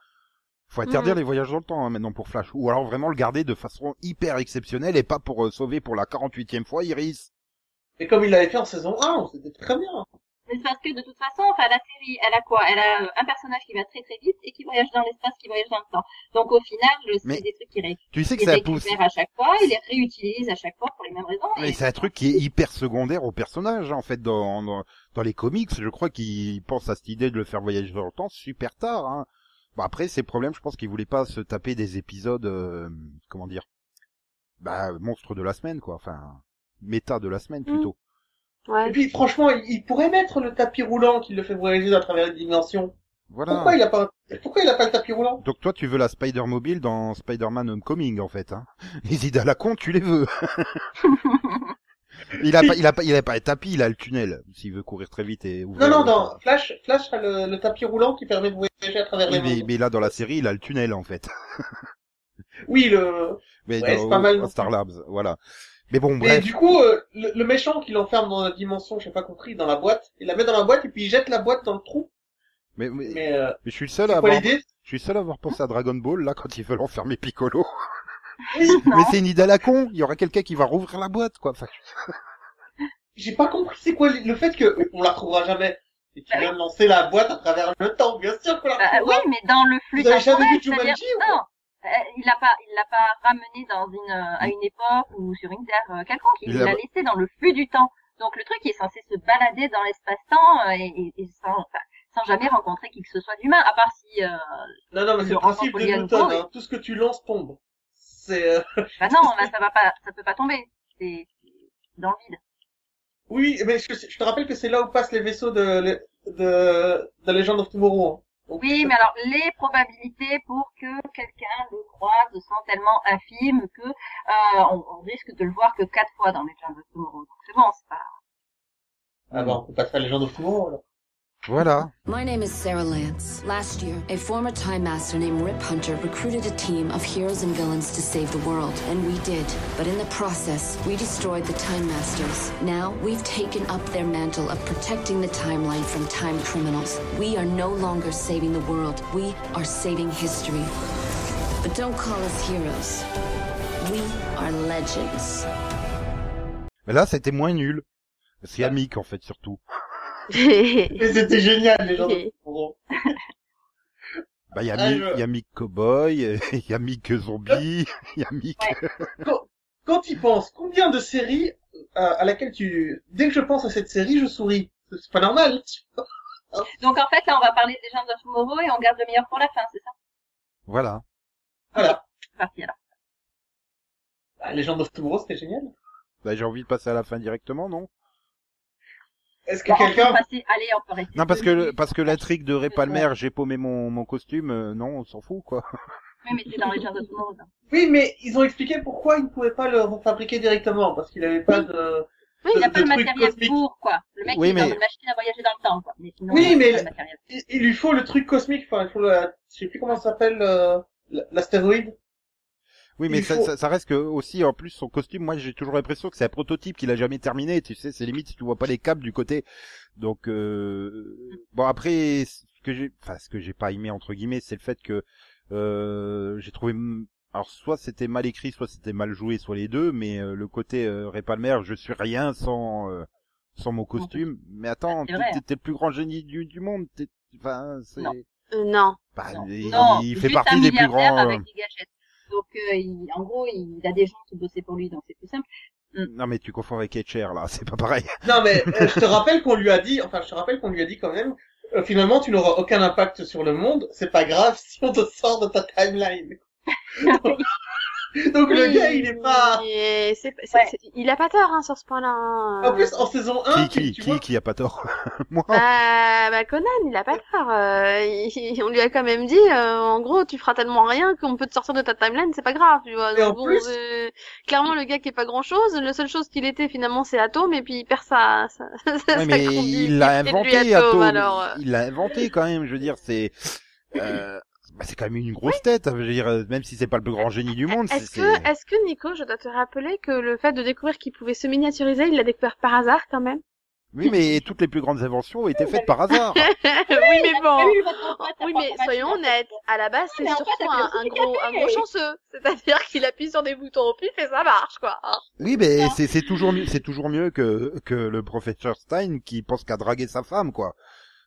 Faut interdire Mhm. les voyages dans le temps hein, maintenant pour Flash, ou alors vraiment le garder de façon hyper exceptionnelle et pas pour euh, sauver pour la 48e fois Iris. Mais comme il l'avait fait en saison 1, c'était très bien. Mais c'est parce que de toute façon, enfin, la série, elle a quoi Elle a euh, un personnage qui va très très vite et qui voyage dans l'espace, qui voyage dans le temps. Donc au final, le- Mais- c'est des trucs qui ré- Tu sais que qu'ils ça pousse. récupèrent à chaque fois, ils les réutilisent à chaque fois pour les mêmes raisons. Mais et- c'est un truc qui est hyper secondaire au personnage hein, en fait dans dans, dans les comics. Je crois qu'ils pensent à cette idée de le faire voyager dans le temps super tard. Hein. Bon après ces problèmes, je pense qu'ils voulaient pas se taper des épisodes euh, comment dire, bah monstre de la semaine quoi. Enfin méta de la semaine Mm. Mhm. plutôt. Et ouais. puis, franchement, il, il pourrait mettre le tapis roulant qui le fait voyager à travers les dimensions. Voilà. Pourquoi il a pas, pourquoi il a pas le tapis roulant? Donc toi tu veux la Spider Mobile dans Spider-Man Homecoming en fait. Hein. Les idées à la con tu les veux. il a pas il a pas il a pas un tapis il a le tunnel s'il veut courir très vite et Non, ouvrir. non, le- non. Flash, Flash a le, le tapis roulant qui permet de voyager à travers Oui, les mais, mondes. mais là dans la série il a le tunnel en fait. Oui, le. Mais Ouais, dans- c'est pas mal au- non Star Labs, voilà. Mais bon, Et bref. du coup, euh, le, le méchant qui l'enferme dans la dimension, j'ai pas compris, dans la boîte, il la met dans la boîte et puis il jette la boîte dans le trou. Mais, mais- mais Mais euh, je suis le seul à c'est quoi avoir, l'idée je suis le seul à avoir pensé à Dragon Ball là quand ils veulent enfermer Piccolo. Oui, mais c'est une idée à la con. Il y aura quelqu'un qui va rouvrir la boîte, quoi. Enfin, J'ai pas compris, c'est quoi le fait que on la retrouvera jamais et qu'il vient de lancer la boîte à travers le temps. Bien sûr qu'on la Bah, oui, retrouvera. mais dans le flux Vous avez jamais temporel, vu Jumanji c'est-à-dire- ou quoi non, euh, il l'a pas, il l'a pas ramené dans une, euh, à une époque ou sur une terre euh, quelconque. Il Il l'a- l'a laissé dans le flux du temps. Donc le truc il est censé se balader dans l'espace-temps euh, et, et- et sans, enfin, sans jamais rencontrer qui que ce soit d'humain, à part si. Euh, Non, non, mais c'est le Le principe de roman Polygon Newton. Pro, hein. Tout ce que tu lances tombe. C'est euh, bah non, là, ça va pas, ça peut pas tomber. C'est c'est dans le vide. oui, mais je, je te rappelle que c'est là où passent les vaisseaux de de, de Legend of Tomorrow. hein. Donc, Oui, mais alors les probabilités pour que quelqu'un le croise sont tellement infimes que euh, on, on risque de le voir que quatre fois dans les Legends of Tomorrow. Donc c'est bon, c'est pas. Ah bah, on peut pas faire Legend of Tomorrow. alors. Voilà. My name is Sarah Lance. Last year, a former Time Master named Rip Hunter recruited a team of heroes and villains to save the world, and we did. But in the process, we destroyed the Time Masters. Now, we've taken up their mantle of protecting the timeline from time criminals. We are no longer saving the world, we are saving history. But don't call us heroes. We are legends. Mais là, c'était moins nul. C'est amique, en fait, surtout. Mais c'était génial, les gens. Ok. Bon. Bah, il y a Ah, Mick, je- il y a Mick Cowboy, il y a Mick Zombie, il y a Mick... Quand ils pensent, combien de séries euh, à laquelle tu... Dès que je pense à cette série, je souris. C'est pas normal. Donc en fait, là, on va parler des gens of Tomorrow et on garde le meilleur pour la fin, c'est ça Voilà. Voilà. C'est parti alors. Ah, Legend of Tomorrow, c'était génial. Bah, j'ai envie de passer à la fin directement, non Est-ce que Bon, on quelqu'un... peut passer- Allez, on peut rester. Non, parce que parce que la trick de Ray Palmer, j'ai paumé mon, mon costume, euh, non, on s'en fout, quoi. Oui, mais c'est dans les gens of Tomorrow. hein. Oui, mais ils ont expliqué pourquoi ils ne pouvaient pas le refabriquer directement, parce qu'il avait pas de... Oui, Il de- n'a pas de le truc matériel cosmique. pour, quoi. Le mec, Oui, il est mais- dans une machine à voyager dans le temps, quoi. Mais sinon, Oui, il a mais- pas le matériel. Il, il lui faut le truc cosmique, enfin, il faut la... Je sais plus comment ça s'appelle, euh, la- l'astéroïde. Oui, mais Il ça, faut- ça, ça reste que aussi en plus son costume. Moi, j'ai toujours l'impression que c'est un prototype qu'il a jamais terminé. Tu sais, c'est limite si tu vois pas les câbles du côté. Donc euh, bon après, ce que j'ai, enfin ce que j'ai pas aimé entre guillemets, c'est le fait que euh, j'ai trouvé. m- Alors soit c'était mal écrit, soit c'était mal joué, soit les deux. Mais euh, le côté euh, Ray Palmer, je suis rien sans euh, sans mon costume. Mais attends, c'est t'es vrai. t'es- t'es le plus grand génie du, du monde. T'es- Enfin, c'est. Non. Euh, non. Bah, Non. il, Non, il fait juste partie un des plus milliardaire grands. euh, Avec des gadgets. Donc, euh, il- en gros, il a des gens qui bossaient pour lui, donc c'est plus simple. Non mais tu confonds avec Etcher là, c'est pas pareil. Non, mais euh, je te rappelle qu'on lui a dit, enfin, je te rappelle qu'on lui a dit quand même, euh, finalement, tu n'auras aucun impact sur le monde, c'est pas grave si on te sort de ta timeline. Donc le Oui, gars, il est pas... mais c'est- c'est- Ouais. c'est- il a pas tort hein, sur ce point-là. hein. En plus, en saison 1, qui qui tu, tu vois, qui qui a pas tort Moi. Bah, bah Conan, il a pas tort. Euh, il- on lui a quand même dit, euh, en gros, tu feras tellement rien qu'on peut te sortir de ta timeline, c'est pas grave. Tu vois. Et en bon, plus- euh, clairement, le gars qui est pas grand-chose, la seule chose qu'il était finalement, c'est Atom, et puis il perd sa... sa, sa Ouais, mais combi- il l'a de lui, inventé Atom, Atom. alors, euh. Il l'a inventé quand même, je veux dire c'est euh, bah, c'est quand même une grosse tête, hein, je veux dire euh, même si c'est pas le plus grand génie du monde, c'est Est-ce c'est- que, est-ce que Nico, je dois te rappeler que le fait de découvrir qu'il pouvait se miniaturiser, il l'a découvert par hasard quand même Oui, mais toutes les plus grandes inventions ont été faites par hasard. Oui, Il mais a bon. pas eu votre empreinte, Oh. Oui, sa mais propre soyons machine. honnêtes, à la base, Oui, c'est mais en surtout fait, elle fait un, aussi un des gros, un gros cafés. chanceux. C'est-à-dire qu'il appuie sur des boutons au pif et ça marche, quoi. hein. Oui, mais c'est c'est toujours mieux, c'est toujours mieux que que le professeur Stein qui pense qu'à draguer sa femme quoi.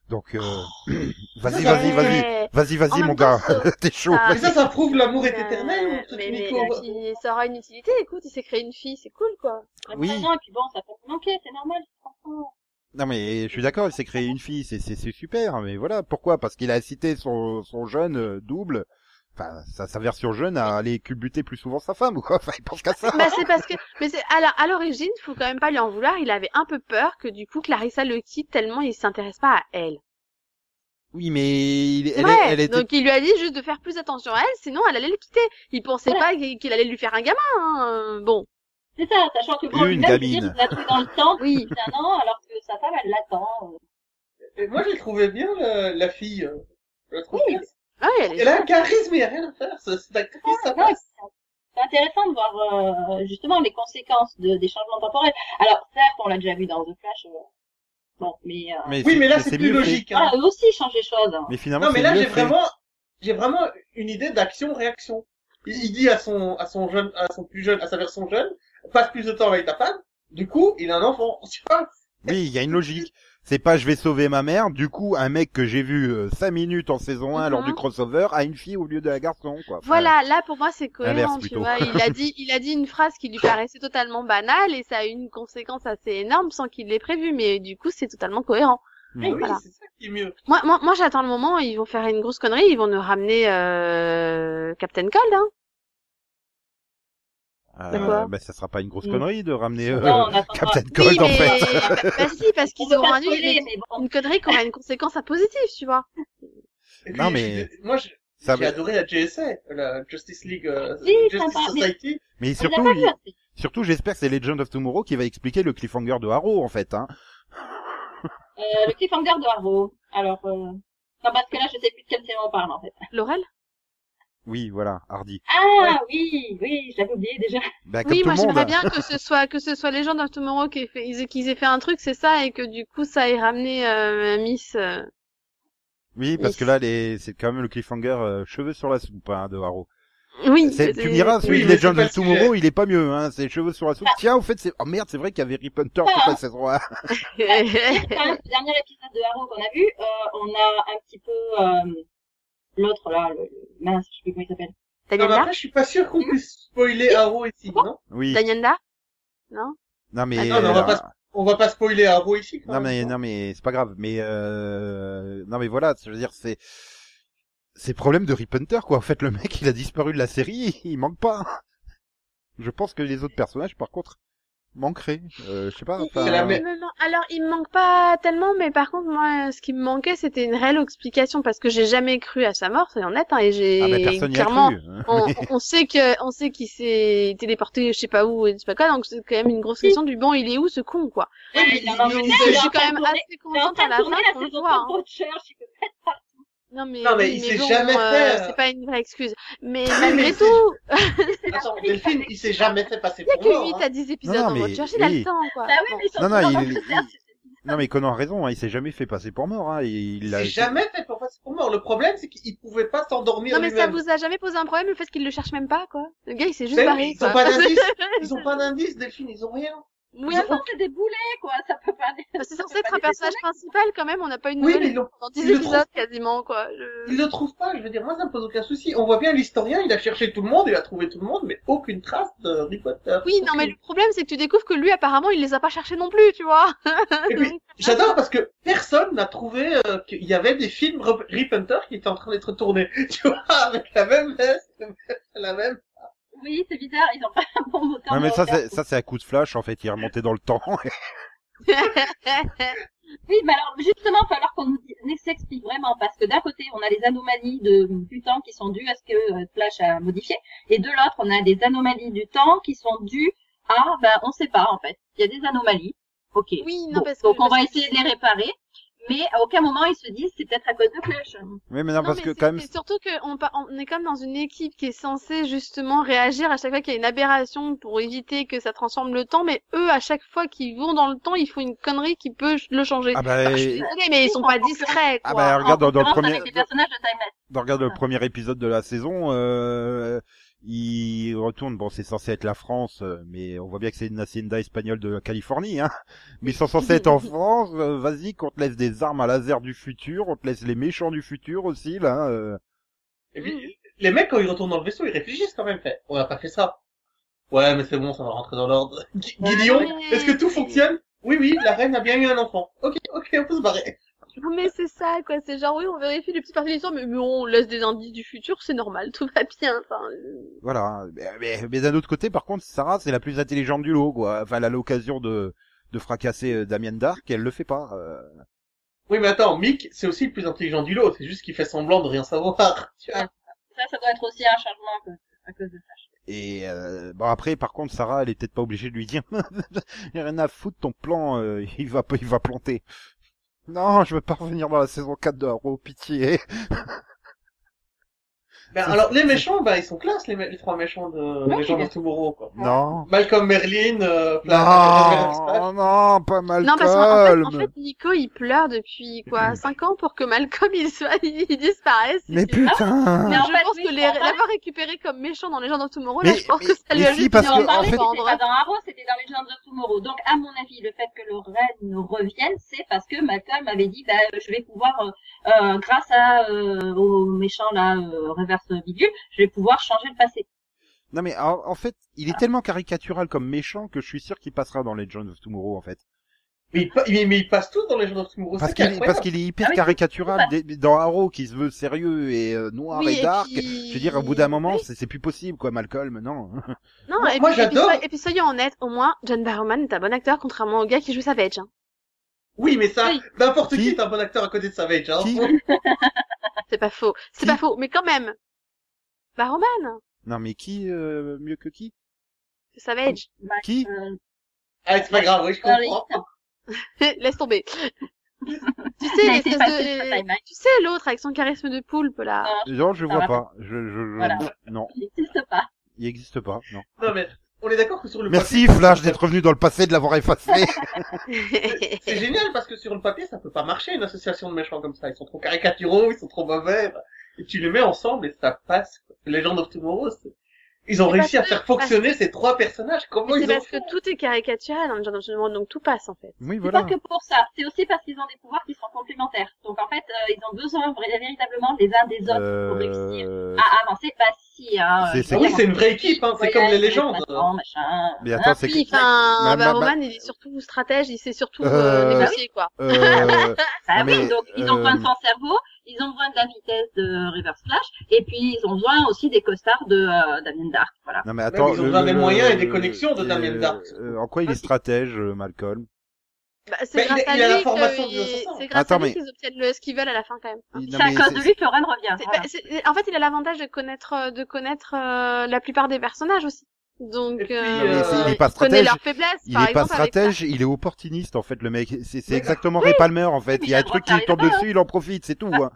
Donc euh, vas-y, vas-y, vas-y. Ouais. Vas-y, Oh, En vas-y même mon temps, gars, ça- t'es chaud. ça- mais ça, ça prouve l'amour est Euh, éternel. ce mais, mais, truc, Nico. euh, qui- ça aura une utilité, écoute, il s'est créé une fille, c'est cool, quoi. Oui. Non, et puis bon, ça peut vous manquer, c'est normal, je comprends. Non mais je suis d'accord, il s'est créé une fille, c'est c'est c'est super, mais voilà pourquoi Parce qu'il a cité son son jeune euh, double, enfin sa, sa version jeune à aller culbuter plus souvent sa femme ou quoi Enfin il pense qu'à ça. Bah, c'est parce que, mais c'est, alors, à l'origine, faut quand même pas lui en vouloir, il avait un peu peur que du coup, Clarissa le quitte tellement il s'intéresse pas à elle. Oui mais il, elle, ouais, est- elle était, donc il lui a dit juste de faire plus attention à elle, sinon elle allait le quitter. Il pensait pas qu'il qu'il allait lui faire un gamin, hein. euh, Bon. C'est ça, sachant que bon, Une lui-même, il dit, gamine. vous trouvé dans le temps, Oui. depuis un an, alors que sa femme, elle l'attend. Et moi, j'ai trouvé bien le- la fille. euh, Je la trouve Oui, bien. Ah oui, elle est Elle a un charisme, il n'y a rien à faire. C'est c'est actrice, ça non, passe. C'est intéressant de voir euh, justement les conséquences de, des changements temporels. Alors certes, on l'a déjà vu dans The Flash, euh, bon, mais euh, mais Oui, mais là, mais c'est plus mieux fait. logique. Ah, hein. voilà, eux aussi ils changent les choses. hein. Mais finalement Non, mais c'est là, mieux j'ai fait. vraiment, j'ai vraiment une idée d'action-réaction. Il, il dit à son, à son jeune, à son plus jeune, à sa version jeune, passe plus de temps avec ta femme. Du coup, il a un enfant. Tu vois Oui, il y a une logique. C'est pas je vais sauver ma mère. Du coup un mec que j'ai vu euh, cinq minutes en saison 1 lors Mhm. du crossover a une fille au lieu d'un garçon quoi. Enfin, Voilà, là pour moi c'est L'inverse, cohérent, tu plutôt. vois. Il a dit, il a dit une phrase qui lui paraissait totalement banale et ça a eu une conséquence assez énorme sans qu'il l'ait prévu, mais du coup c'est totalement cohérent. hmm. Mais oui, Voilà. c'est ça qui est mieux. Moi, moi, moi j'attends le moment où ils vont faire une grosse connerie, ils vont nous ramener euh, Captain Cold, hein. Euh, quoi bah, ça sera pas une grosse Mm. connerie de ramener euh, Non, on attend pas. Captain Cold en fait. bah, bah si, parce On qu'ils peut auront pas induit spoiler, une, mais bon, une connerie qui aura une conséquence à positive, tu vois. Et Non, puis, mais- je- moi, je- Ça j'ai va- adoré la JSA, la Justice League, euh, Oui, Justice sympa, mais- Society. Mais on l'a surtout pas il- vu, hein. Surtout, j'espère que c'est Legend of Tomorrow qui va expliquer le cliffhanger de Arrow, en fait. Hein. Euh, le cliffhanger de Arrow. Alors, euh... non, parce que là, je sais plus de quelle série on parle, en fait. Laurel Oui, voilà, Hardy. Ah, oui, oui, je l'avais oublié déjà. Bah, comme Oui, tout moi le monde. j'aimerais bien que ce soit que ce soit les gens of Tomorrow qui aient fait ils aient- qu'ils aient fait un truc, c'est ça, et que du coup ça ait ramené euh, Miss. euh, Oui, parce que Oui. là, les... c'est quand même le cliffhanger euh, cheveux sur la soupe hein, de Haro. Oui. C'est- c'est- Tu me diras, celui oui, de mais Legend c'est of parce que- Tomorrow, il est pas mieux, hein. C'est cheveux sur la soupe. Tiens, au fait, c'est, oh merde, c'est vrai qu'il y avait Rip Hunter toute la saison 1. Quand même, le dernier épisode de Harrow qu'on a vu, euh, on a un petit peu euh, l'autre là, le, le- mince, je sais plus comment il s'appelle. Non, mais Daniela après, je suis pas sûr qu'on puisse spoiler Arrow ici, non Oui. Daniela Non, mais, Attends, mais on va pas euh, On va pas spoiler Arrow ici, quand non, même. mais, non, mais c'est pas grave. Mais, euh, non, mais voilà, je veux dire, c'est, c'est problème de Rip Hunter, quoi. En fait, le mec, il a disparu de la série, il manque pas. Je pense que les autres personnages, par contre, manqueraient. Euh, je sais pas. enfin, C'est la même- Non, non, non. Alors, il me manque pas tellement, mais par contre, moi, ce qui me manquait, c'était une réelle explication parce que j'ai jamais cru à sa mort, c'est honnête, hein, et j'ai Ah, mais personne n'y a clairement, cru. hein. on, on sait que, on sait qu'il s'est téléporté, je sais pas où, je sais pas quoi, donc c'est quand même une grosse question du bon, il est où ce con, quoi. Oui, mais il en a Je- un je il est je en suis quand train de même tourner- assez il est en contente train à de la tourner fin la qu'on le saison hein. voit. hein. 3 de Broadchurch, il peut pas être parti. Non mais, Non, mais oui, il s'est bon, jamais euh, fait, euh. c'est pas une vraie excuse. Mais Oui, mais malgré il tout, s'est- il C'est la Attends, série qui Delphine, fait il s'est jamais fait passer y a pour mort. que 8 hein. à 10 épisodes non, en mais- recherche, il a oui. le temps, quoi. Bah oui, mais ils sont Non, non, toujours il- en train de faire, il- Non, mais Conan a raison, hein, il s'est jamais fait passer pour mort, hein. Il, Il a s'est jamais fait pour passer pour mort. Le problème, c'est qu'il pouvait pas s'endormir Non mais ça lui-même. vous a jamais posé un problème le fait qu'il le cherche même pas quoi. Le gars il s'est juste C'est- barré. Ben, ils quoi. ont pas d'indice. Ils ont pas d'indice, Delphine, ils ont rien. Oui, Mais enfin, enfin, c'est des boulets, quoi, ça peut pas aller. c'est censé être un personnage principal quand même, on n'a pas une Oui, mais nouvelle ils, l'ont- dans 10 ils le épisodes quasiment quoi. Je- ils le trouvent pas. Je veux dire, moi, ça me pose aucun souci. On voit bien l'historien, il a cherché tout le monde, il a trouvé tout le monde, mais aucune trace de Harry Potter. Oui, non mais le problème c'est que tu découvres que lui apparemment il les a pas cherchés non plus, tu vois. Et puis, j'adore parce que personne n'a trouvé euh, qu'il y avait des films Rip Rip Hunter qui étaient en train d'être tournés. Tu vois, avec la même veste, la même Oui, c'est bizarre, ils ont pas un bon moteur. Non, mais de ça, recherche. c'est, ça, c'est à coup de flash, en fait. Il est remonté dans le temps. Oui, mais alors justement, il va falloir qu'on nous dise- nous s'explique vraiment, parce que d'un côté, on a les anomalies de, du temps qui sont dues à ce que euh, Flash a modifié, et de l'autre, on a des anomalies du temps qui sont dues à, ben, on sait pas en fait. Il y a des anomalies, ok. Oui, non Bon, parce que donc on va parce que- essayer de les réparer, mais à aucun moment ils se disent c'est peut-être à cause de Flash. Oui, mais non, Non, parce mais que c'est- quand même, c'est surtout qu'on on est comme dans une équipe qui est censée justement réagir à chaque fois qu'il y a une aberration pour éviter que ça transforme le temps, mais eux, à chaque fois qu'ils vont dans le temps, ils font une connerie qui peut le changer. ah bah, Je suis désolée, mais ils sont pas discrets, Ah quoi. bah, regarde, dans, dans le Commence premier, avec les personnages de Timeless. dans- Bah, regarde le premier épisode de la saison, euh, il retourne, bon, c'est censé être la France, euh, mais on voit bien que c'est une hacienda espagnole de la Californie, hein. Mais ils sont censés être en France, euh, vas-y, qu'on te laisse des armes à laser du futur, on te laisse les méchants du futur aussi, là, euh. Et puis, les mecs, quand ils retournent dans le vaisseau, ils réfléchissent quand même. Fait, on a pas fait ça. Ouais, mais c'est bon, ça va rentrer dans l'ordre. Gu- Ouais. Guidon, est-ce que tout fonctionne Oui, oui, la reine a bien eu un enfant. Ok, ok, on peut se barrer. Non, mais c'est ça, quoi. C'est genre, oui, on vérifie les petites parties de l'histoire, mais, mais on laisse des indices du futur, c'est normal, tout va bien. Enfin, euh, Voilà. hein. Mais, mais, mais d'un autre côté, par contre, Sarah, c'est la plus intelligente du lot, quoi. Enfin, elle a l'occasion de, de fracasser euh, Damien Dark, elle le fait pas. euh. Oui, mais attends, Mick, c'est aussi le plus intelligent du lot. C'est juste qu'il fait semblant de rien savoir. Tu vois. Ça, ça doit être aussi un changement à cause, à cause de Flash. Et euh, bon après, par contre, Sarah, elle est peut-être pas obligée de lui dire, Il y a rien à foutre ton plan, euh, il va, il va planter. Non, je veux pas revenir dans la saison 4 de Arrow, pitié. Ben, alors, les méchants, bah, ils sont classe, les, mé- les trois méchants de Ouais, Legend mais- of Tomorrow, quoi. Non. Malcolm Merlin, euh, Flash- Non, non, pas Non, parce qu'en fait, Malcolm. en fait, Nico, il pleure depuis, quoi, 5 ans pour que Malcolm, il, soit, il disparaisse. Mais plus putain. Ah Mais Mais en je fait, pense oui, que je les, comprends. l'avoir récupéré comme méchant dans les gens dans Tomorrow, Mais- là, je pense mais- que ça lui mais a si, juste parce mis que, en on parlait, fait- c'était vendre. pas dans Arrow, c'était dans Legends of Tomorrow. Donc, à mon avis, le fait que le reine revienne, c'est parce que Malcolm avait dit, bah, je vais pouvoir, euh, euh, grâce à, euh, au méchant, là, euh, reverse bidule, je vais pouvoir changer le passé. Non mais en, en fait, il est tellement caricatural comme méchant que je suis sûr qu'il passera dans Legends of Tomorrow en fait. Mais ils, pa- mais- mais ils passent tous dans Legend of Tomorrow. Parce c'est qui est qu'il est, parce incroyable. qu'il est hyper Ah oui, caricatural Dès- dans Arrow qui se veut sérieux et euh, noir Oui, et et dark. puis- Je veux dire, au bout d'un moment, Oui. c'est c'est plus possible quoi, Malcolm. Non. Non, Moi- et, moi, puis, et puis j'adore. soy- et puis soyons honnêtes, au moins, John Barrowman est un bon acteur, contrairement au gars qui joue Savage. Hein. Oui, mais ça, Oui. n'importe qui Qui est un bon acteur à côté de Savage, hein. Qui C'est pas faux. C'est Si. pas faux, mais quand même. Barrowman, non mais qui euh, mieux que qui c'est Savage. Qui Euh, Ah, c'est pas grave, oui, je dans comprends. les- Laisse tomber. Tu Mais sais, c'est l'espèce facile, de- ce timeline. tu sais l'autre avec son charisme de poulpe là. Non. Non, je le vois Ah, pas. Je, je, je- Voilà. non, Il n'existe pas. il existe pas. Non. Non, mais on est d'accord que sur le Merci papier- Flash d'être revenu dans le passé, de l'avoir effacé. C'est génial parce que sur le papier, ça peut pas marcher une association de méchants comme ça. Ils sont trop caricaturaux, ils sont trop mauvais. Et tu les mets ensemble et ça passe. quoi. Les gens of Tomorrow, c'est- ils ont Mais réussi à parce que- faire fonctionner ces trois personnages. Comment Mais c'est ils ont parce fait que tout est caricatural dans le genre d'enchaînement, donc tout passe en fait. oui, C'est voilà. pas que pour ça. C'est aussi parce qu'ils ont des pouvoirs qui sont complémentaires. Donc en fait, euh, ils ont besoin vra- véritablement les uns des autres pour réussir Euh... à avancer. Bah si. Hein, C'est- euh, c'est- ils Oui, vont- c'est une vraie équipe, hein. c'est voyagent, comme les ils vont légendes. se battre, machin. Mais attends, c'est Puis, que... enfin, Ma- ma- bah, ma- Roman, il est surtout stratège, il sait surtout euh, Euh, bah négocier quoi. Euh... Ah Mais, oui, donc ils ont besoin de euh, son cerveau, ils ont besoin de la vitesse de Reverse Flash, et puis ils ont besoin aussi des costards de euh, Damien Dark. Voilà. Non mais attends, mais ils ont le- besoin le- des le- moyens et le- des connexions de euh, Damien Dark. euh, en quoi il est stratège, euh, Malcolm Bah, mais c'est il grâce a- à il a la lui formation que- de Vincent. c'est grâce à Attends, lui mais- qu'ils obtiennent le ce qu'ils veulent à la fin quand même. Il- non, Ah, C'est à mais cause de lui que Ren revient. Ah. C'est- voilà. bah, c'est- en fait, il a l'avantage de connaître euh, de connaître euh, la plupart des personnages aussi. Donc Et puis, euh, Non, mais c'est- il est pas il connaît stratège. leurs faiblesses Il par est pas exemple avec stratège, il est opportuniste en fait le mec. C'est c'est Oui, exactement Ray Palmer en fait. mais Il y a il un a le truc qui droit lui de tombe faire les dessus, il en profite, c'est tout. hein.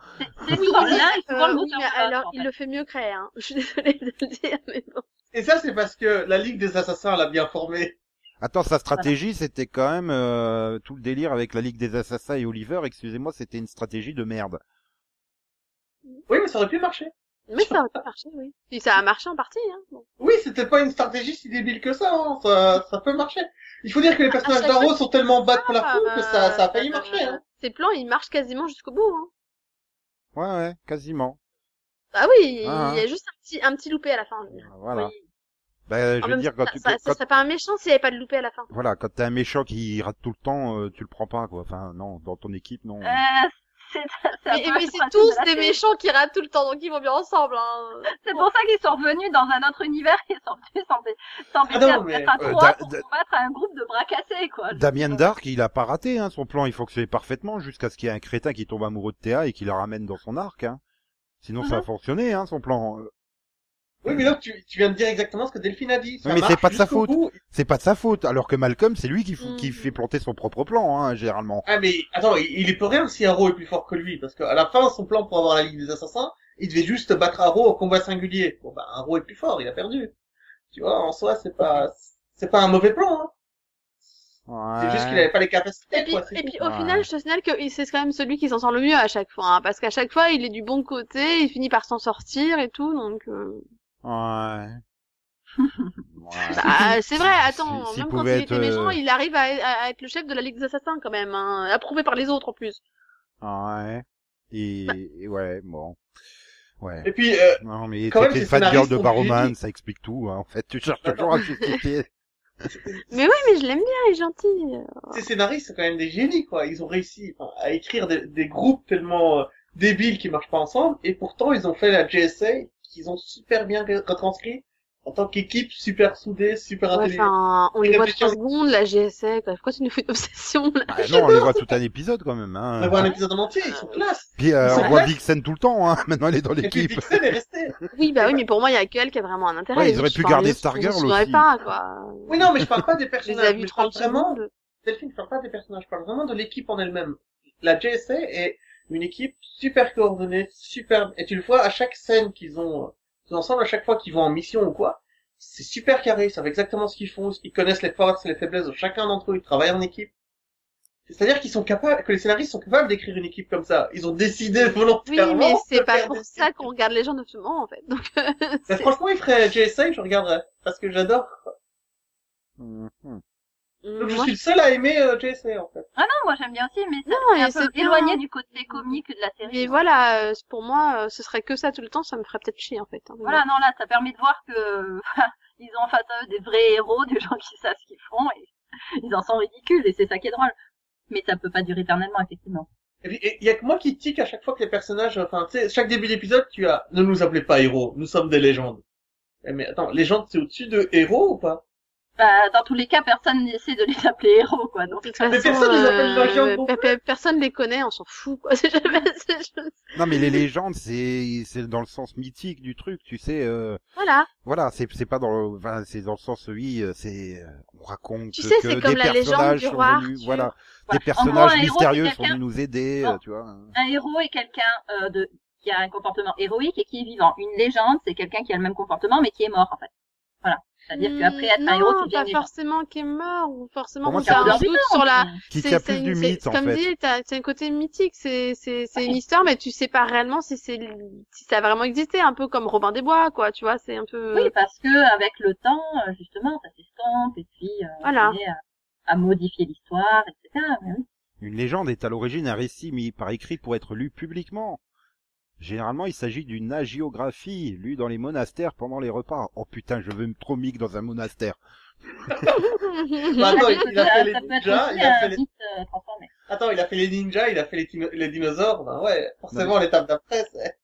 C'est ça. souvent le lien et souvent Euh, le oui, moteur mais de l'autre, alors, en il fait. le fait mieux que Ray, hein. Je suis désolée de le dire, mais bon. Et ça, c'est parce que la Ligue des Assassins l'a bien formé. Attends, sa stratégie c'était quand même euh, tout le délire avec la Ligue des Assassins et Oliver. Excusez-moi, c'était une stratégie de merde. Oui, mais ça aurait pu marcher. Mais ça aurait pu marcher, oui. Puis ça a marché en partie, hein. Bon. Oui, c'était pas une stratégie si débile que ça, hein. ça, ça peut marcher. Il faut dire que les personnages chaque fois d'Arrow sont tellement bas de Ah, plafond que ça, ça a failli bah, marcher. Hein. Ces plans, ils marchent quasiment jusqu'au bout, hein. Ouais, ouais, quasiment. Ah oui, Ah, il y a juste un petit, un petit loupé à la fin. je veux dire. Voilà. Oui. Bah, je En veux Ah, même dire temps, quand, tu- ça, ça- ça quand- serait pas un méchant s'il n'y avait pas de loupé à la fin. voilà, quand t'as un méchant qui rate tout le temps, euh, tu le prends pas quoi. Enfin non, dans ton équipe non. Euh, c'est- c'est un Mais, peu mais le c'est principe tous de la des série. méchants qui ratent tout le temps, donc ils vont bien ensemble. Hein. C'est pour ça qu'ils sont revenus dans un autre univers, ils sont venus s'embê- s'embêter Ah à non, se mais- mettre à Euh, trois da- pour da- combattre un groupe de bras cassés, quoi. Damien Dark, il a pas raté hein, son plan, il fonctionnait parfaitement jusqu'à ce qu'il y ait un crétin qui tombe amoureux de Théa et qui la ramène dans son arc. Hein. Sinon ça a Mhm. fonctionné hein, son plan. Euh, Oui, mais donc tu, tu viens de dire exactement ce que Delphine a dit. Ça Oui, mais c'est marche pas de sa jusqu'au faute. bout. C'est pas de sa faute, alors que Malcolm c'est lui qui, fou- qui Mhm. fait planter son propre plan hein, généralement. Ah mais attends, il, il est pour rien si Arrow est plus fort que lui, parce qu'à la fin, son plan pour avoir la Ligue des Assassins, il devait juste battre Arrow au combat singulier. Bon bah Arrow est plus fort, il a perdu. Tu vois, en soi, c'est pas c'est pas un mauvais plan. Hein. C'est juste qu'il Ouais. avait pas les Et capacités. puis, Quoi, c'est et tout. puis au Ouais. final, je te signale que il- c'est quand même celui qui s'en sort le mieux à chaque fois, hein, parce qu'à chaque fois, il est du bon côté, il finit par s'en sortir et tout, donc... euh, Ouais. Ouais. bah, c'est vrai, attends, S'il- s'il même quand il pouvait était être, méchant, euh, il arrive à, à- à être le chef de la Ligue des Assassins quand même, hein, approuvé par les autres en plus. Ouais. Et, et ouais, bon. Ouais. Et puis, euh, Non, mais Quand même, t'étais ces fan girl scénaristes Bah de ont Barrowman, vieilli. ça explique tout, hein, en fait. Tu cherches toujours à justifier. Mais oui, mais je l'aime bien, il est gentil. ces scénaristes sont quand même des génies, quoi. Ils ont réussi enfin, à écrire des, des groupes tellement euh, débiles qui marchent pas ensemble, et pourtant ils ont fait la JSA qu'ils ont super bien re- retranscrit en tant qu'équipe super soudée, super Ouais, intelligente. Enfin, on les Il voit réfléchit trois en- secondes, la GSA, quoi. Pourquoi tu nous fais une obsession, là Bah non, on les voit tout un épisode, quand même, On va voir un hein. épisode en entier, ils sont classe. Puis, euh, Ils sont on voit là. Vixen tout le temps, hein. Maintenant, elle est dans Et puis l'équipe. Vixen est resté. Oui, bah oui, mais pour moi, il y a que elle qui a vraiment un intérêt. Ouais, ils Les auraient autres, pu je parle, garder les autres, Stargirl je me souviens aussi. pas, quoi. Oui, non, mais je parle pas des Je les personnages. ai mais vus je parle 30 vraiment, secondes. Delphine, je parle pas des personnages, je parle vraiment de l'équipe en elle-même. La JSA est une équipe super coordonnée, super, et tu le vois à chaque scène qu'ils ont, euh, tous ensemble, à chaque fois qu'ils vont en mission ou quoi, c'est super carré, ils savent exactement ce qu'ils font, ils connaissent les forces et les faiblesses de chacun d'entre eux, ils travaillent en équipe. C'est-à-dire qu'ils sont capables, que les scénaristes sont capables d'écrire une équipe comme ça. Ils ont décidé Oui, volontairement. mais c'est de pas faire pour des- ça qu'on regarde les gens de ce moment, en fait. Donc, euh, Mais c'est- franchement, ils feraient JSA, je regarderais. Parce que j'adore. Mhm. Donc, je moi, suis le seul à aimer euh, JSA, en fait. Ah non, moi j'aime bien aussi, mais Non, c'est et un peu c'est hein. bien. éloigné du côté comique de la série. Mais voilà, euh, pour moi, euh, ce serait que ça tout le temps, ça me ferait peut-être chier, en fait. hein. Voilà, non, là, ça permet de voir que ils ont en face d'eux des vrais héros, des gens qui savent ce qu'ils font, et ils en sont ridicules, et c'est ça qui est drôle. Mais ça peut pas durer éternellement, effectivement. Et puis, il y a que moi qui tic à chaque fois que les personnages, enfin, tu sais, chaque début d'épisode, tu as, ne nous appelez pas héros, nous sommes des légendes. Eh, Mais attends, légende, c'est au-dessus de héros ou pas? bah, dans tous les cas, personne n'essaie de les appeler héros, quoi. Donc, De toute Mais façon, personne les appelle Valiant euh, non pe- pe- personne les connaît, on s'en fout, quoi. C'est jamais- c'est jamais- Non, mais les légendes, c'est c'est dans le sens mythique du truc, tu sais. euh, Voilà. voilà, c'est c'est pas dans le, enfin, c'est dans le sens oui, euh, c'est euh, on raconte Tu sais, que c'est des comme la légende personnages du sont roi venus, Arthur. voilà, Voilà. des En gros, personnages un héros, c'est mystérieux sont quelqu'un- venus nous aider, Bon. euh, tu vois. un héros est quelqu'un euh, de qui a un comportement héroïque et qui est vivant. Une légende, c'est quelqu'un qui a le même comportement mais qui est mort en fait. Voilà. C'est-à-dire qu'après être un Hmm, Non, héros, tu deviens pas une légende. forcément qui est mort, ou forcément Pour moi, qu'on c'est a un un ordinaire, doute sur hein. la, Qui C'est- tient c'est plus du une- c'est- mythe en Comme fait. dit, t'as- c'est un côté mythique, c'est c'est c'est une histoire, mais tu sais pas réellement si c'est si ça a vraiment existé, un peu comme Robin des Bois, quoi. Tu vois, c'est un peu. Oui, parce que avec le temps, euh, justement, ça s'estompe et puis euh, Voilà. on est à, à modifier l'histoire, etc. Mais oui. Une légende est à l'origine un récit mis par écrit pour être lu publiquement. Généralement, il s'agit d'une agiographie lue dans les monastères pendant les repas. Oh putain, je veux me trop mique dans un monastère. Bah, attends, Ça il- peut il a être- fait les ça peut être ninjas, aussi il a fait un les- mythe, euh, transformé. Attends, il a fait les ninjas, il a fait les, tino- les dinosaures, ben ouais, Non, forcément l'étape d'après, c'est...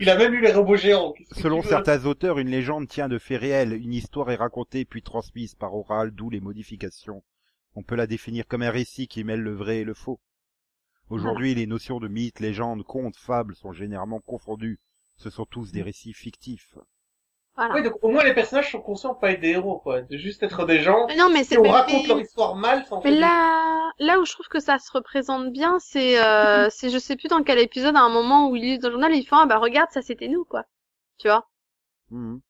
Il a même eu les robots géants. qu'est-ce que Selon tu veux hein certains auteurs, une légende tient de faits réels. Une histoire est racontée puis transmise par oral, d'où les modifications. On peut la définir comme un récit qui mêle le vrai et le faux. Aujourd'hui, les notions de mythe, légende, conte, fable sont généralement confondues. Ce sont tous Mm. des récits fictifs. Voilà. Ouais, donc au moins les personnages sont conscients de pas être des héros, quoi. De juste être des gens Mais non, mais c'est qui on mais- raconte leur histoire mal sans Mais faire là, là où je trouve que ça se représente bien, c'est, euh, c'est, je sais plus dans quel épisode, à un moment où ils lisent dans le journal, ils font, ah bah regarde, ça c'était nous, quoi. Tu vois. Mhm.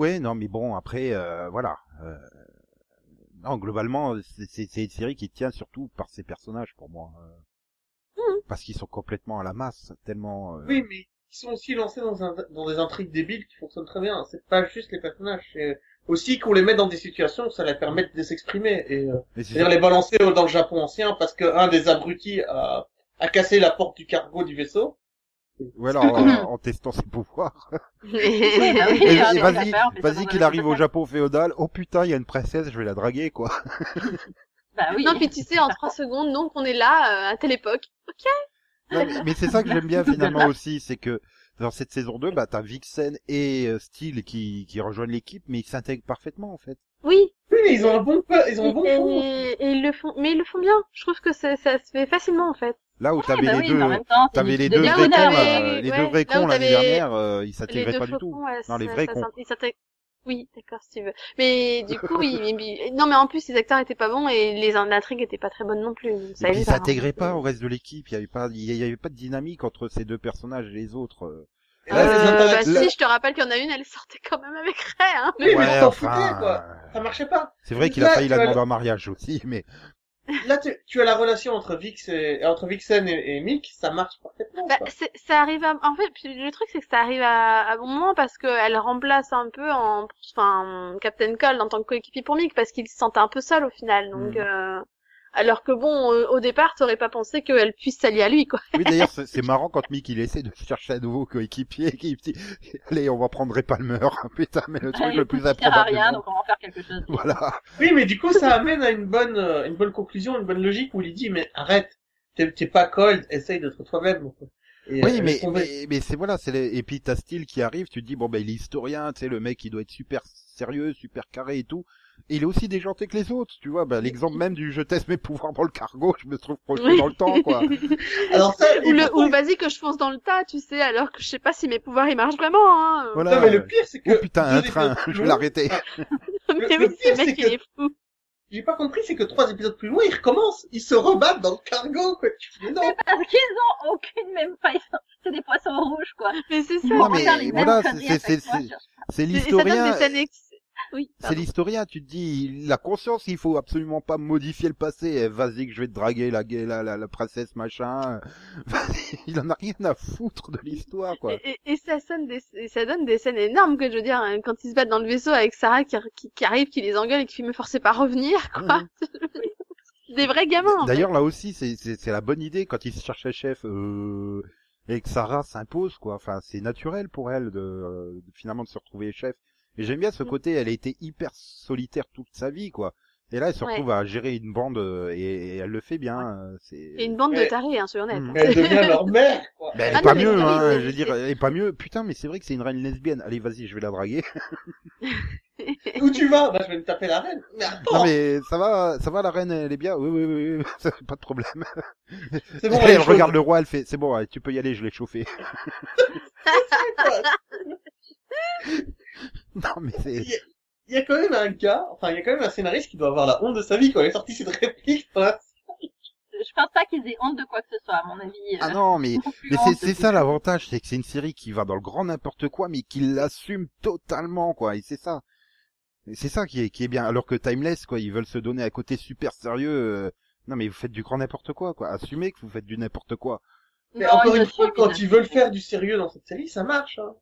Ouais, non, mais bon, après, euh, voilà. Euh, non, globalement, c'est- c'est c'est une série qui tient surtout par ses personnages, pour moi. euh, Parce qu'ils sont complètement à la masse, tellement... euh, Mm. Oui, mais ils sont aussi lancés dans, un, dans des intrigues débiles qui fonctionnent très bien. C'est pas juste les personnages, c'est aussi qu'on les mette dans des situations où ça leur permet de s'exprimer. Et euh, mais c'est- c'est-à-dire les balancer dans le Japon ancien parce que un des abrutis a, a cassé la porte du cargo du vaisseau. Ou alors, en, en testant ses pouvoirs. Oui, bah oui, Et, ça et fait vas-y, peur, mais ça vas-y donne qu'il envie arrive de au faire. Japon féodal. Oh putain, il y a une princesse, je vais la draguer, quoi. Ah Bah oui. non, puis tu sais, en trois secondes, donc on est là, euh, à telle époque. Non, mais- mais c'est ça que j'aime bien finalement aussi, c'est que dans cette saison 2, bah, t'as Vixen et euh, Steel qui, qui rejoignent l'équipe, mais ils s'intègrent parfaitement, en fait. Oui. Oui, mais ils ont un bon, peu- ils ont un bon et, fond. et- et ils le font, mais ils le font bien. Je trouve que ça, ça se fait facilement, en fait. Là où Ouais, t'avais bah les oui, deux, euh, mais en même temps, c'est t'avais des- les des deux euh, là vrais où cons, t'avais- là, les ouais, deux vrais là où cons l'année t'avais dernière, euh, ils Les s'intégraient deux pas du faucons, tout. ouais, Non, les ça- vrais ça cons. s'int- ils s'intègrent- Oui, d'accord, si tu veux. Mais du coup, ils, ils- non, mais en plus, les acteurs étaient pas bons et les intrigues étaient pas très bonnes non plus. donc Et Ça puis, ils aide pas, hein. s'intégraient pas au reste de l'équipe. Il y avait pas, il y avait pas de dynamique entre ces deux personnages et les autres. euh. Et là, Euh, c'est bah, intéressant. là- si, je te rappelle qu'il y en a une, elle sortait quand même avec Ray, hein. Oui, mais Ouais, on s'en enfin, foutait, quoi. Ça marchait pas. C'est vrai qu'il a Là, failli la tu as- demander en mariage aussi, mais Là, tu, tu as la relation entre Vix et, entre Vixen et, et Mick, ça marche parfaitement. Bah, quoi. c'est- ça arrive à... En fait, puis le truc, c'est que ça arrive à, à bon moment parce que elle remplace un peu en... Enfin, Captain Cold en tant que coéquipier pour Mick parce qu'il se sentait un peu seul au final. Donc, Mm. Hmm. euh, alors que bon, euh, au, au départ, t'aurais pas pensé qu'elle puisse s'allier à lui, quoi. Oui, d'ailleurs, c'est c'est marrant quand Mick il essaie de chercher un nouveau coéquipier qui dit Allez, on va prendre Ray Palmer. Putain, mais le truc Ouais, le plus ça sert à improbable. du rien, monde. donc on va en faire quelque chose. Voilà. Oui, mais du coup, ça amène à une bonne, euh, une bonne conclusion, une bonne logique où il dit, mais arrête, t'es t'es pas cold, essaye d'être toi-même. quoi. Et, euh, Oui, mais, laisse tomber. mais, mais c'est voilà, c'est les... et puis t'as Steele qui arrive, tu te dis bon ben il est historien, tu sais le mec il doit être super sérieux, super carré et tout. Et il est aussi déjanté que les autres, tu vois. Ben, l'exemple même du je teste mes pouvoirs dans le cargo, je me trouve projeté Oui. dans le temps quoi. Alors ça, ou et le, pourtant, ou vas-y que je fonce dans le tas, tu sais, alors que je sais pas si mes pouvoirs, ils marchent vraiment, hein. Voilà. non, mais le pire, c'est que... Oh putain, un deux train, épisodes plus je vais loin, l'arrêter. Mais le- oui, le ce pire, mec, c'est il que- est fou. J'ai pas compris, c'est que trois épisodes plus loin, ils recommencent, ils se rebattent dans le cargo, quoi. Tu fais, mais non. Parce qu'ils ont aucune même faille. C'est des poissons rouges, quoi. Mais c'est ça. Ils vont mais faire les mêmes voilà, conneries c'est- à chaque c'est- fois, c'est- je- C'est Et ça donne des l'historien. scènes ex- Oui, C'est pardon. l'historien, tu te dis, il a conscience qu'il faut absolument pas modifier le passé. Eh, Vas-y que je vais te draguer la, gue- la, la, la princesse machin. Vas-y, il en a rien à foutre de l'histoire, quoi. Et, et- et ça sonne des, et ça donne des scènes énormes que je veux dire hein, quand ils se battent dans le vaisseau avec Sarah qui, qui, qui arrive, qui les engueule et qui fait me forcer pas à revenir quoi. des vrais gamins. hein. en fait. D'ailleurs, là aussi, c'est- c'est c'est la bonne idée quand il se cherchait chef, euh, et que Sarah s'impose, quoi. Enfin, c'est naturel pour elle de, Mm. euh, finalement de se retrouver chef. Et j'aime bien ce côté, elle a été hyper solitaire toute sa vie, quoi. Et là, elle se retrouve à gérer une bande euh, et, et elle le fait bien. euh, Et C'est. une bande de Eh. tarés, hein, soyons honnêtes. Mm. hein. Elle devient leur mère, quoi. Ben, elle est Ah pas non, mais mieux, oui, hein, oui, je veux oui. dire, elle est pas mieux. Putain, mais c'est vrai que c'est une reine lesbienne. Allez, vas-y, je vais la draguer. Où tu vas Bah, je vais me taper la reine. Mais Non attends, mais ça va, ça va, la reine, elle est bien. Oui, oui, oui, oui, ça fait pas de problème. c'est bon, Après, elle elle est regarde le roi, elle fait, c'est bon, allez, tu peux y aller, je l'ai chauffé. chaude. non mais c'est, Il y a quand même un gars, enfin, il y a quand même un scénariste qui doit avoir la honte de sa vie quand il est sorti cette réplique. hein. dans la- Je pense pas qu'ils aient honte de quoi que ce soit, à mon avis. ah non mais, Beaucoup plus mais honte c'est, de c'est tout. ça l'avantage, c'est que c'est une série qui va dans le grand n'importe quoi, mais qui l'assume totalement quoi, et c'est ça. Et C'est ça qui est, qui est bien. Alors que Timeless quoi, ils veulent se donner à côté super sérieux. euh, Non mais vous faites du grand n'importe quoi quoi. Assumez que vous faites du n'importe quoi. Mais Non, encore une je fois, suis quand bien. ils veulent faire du sérieux dans cette série, ça marche. hein.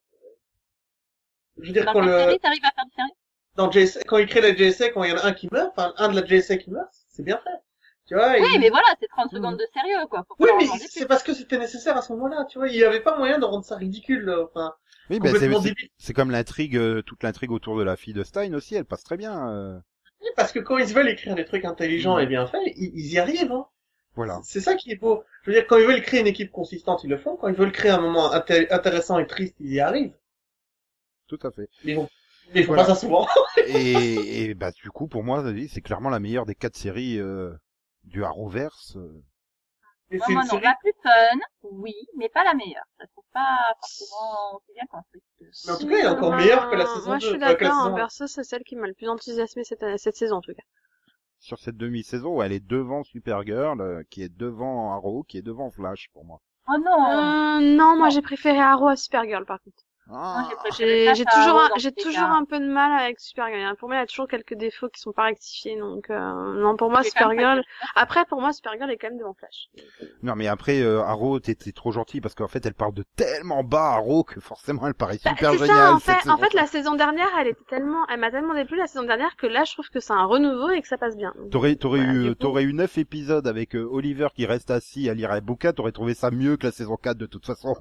Je veux dire, Dans quand, ta le, Bah, série, t'arrives à faire du sérieux dans JSA, quand ils créent la JSA, quand il y en a un qui meurt, enfin, un de la JSA qui meurt, c'est bien fait. Tu vois, Oui, il- mais voilà, c'est 30 Mm. secondes de sérieux, quoi. Faut Oui, pas en mais demander c'est parce que c'était nécessaire à ce moment-là, tu vois. Il n'y avait pas moyen de rendre ça ridicule, euh, enfin, Oui, ben c'est, complètement c'est, débile. c'est comme l'intrigue, euh, toute l'intrigue autour de la fille de Stein aussi, elle passe très bien. euh, Parce que quand ils veulent écrire des trucs intelligents et bien faits, ils, ils y arrivent, hein. Voilà. C'est ça qui est beau. Je veux dire, quand ils veulent créer une équipe consistante, ils le font. Quand ils veulent créer un moment inté- intéressant et triste, ils y arrivent. Tout à fait. Mais ils font, mais ils font Voilà. pas ça souvent. et, et bah du coup pour moi c'est clairement la meilleure des quatre séries euh, du Arrowverse. euh. Mais plus. c'est Moi, une non, série. la plus fun, oui, mais pas la meilleure. Je la trouve pas forcément aussi bien construite. Mais en tout cas, elle est encore Ben, meilleure que la saison Moi, je 2. suis euh, que la d'accord, saison hein, perso, c'est celle qui m'a le plus enthousiasmé cette, année- cette saison, en tout cas. Sur cette demi-saison, elle est devant Supergirl, euh, qui est devant Arrow, qui est devant Flash pour moi. Oh non Euh, non, moi, j'ai préféré Arrow à Supergirl, par contre. Ah, j'ai préféré- J'ai ça, j'ai ça, toujours, Arrow un- dans j'ai tous les toujours cas. un peu de mal avec Supergirl. hein. Pour moi, elle a toujours quelques défauts qui sont pas rectifiés, donc, euh, non, pour moi, J'ai quand même pas Supergirl, après, pour moi, Supergirl est quand même devant Flash. Non mais après euh, Arrow, t'es t'es trop gentil parce qu'en fait elle parle de tellement bas Arrow que forcément elle paraît Bah, super c'est géniale. ça, en cette fait, en saison. fait, la saison dernière, elle était tellement, elle m'a tellement déplu la saison dernière que là, je trouve que c'est un renouveau et que ça passe bien. T'aurais t'aurais Voilà, du eu coup- t'aurais eu neuf épisodes avec euh, Oliver qui reste assis à lire un bouquin, t'aurais trouvé ça mieux que la saison 4 de toute façon.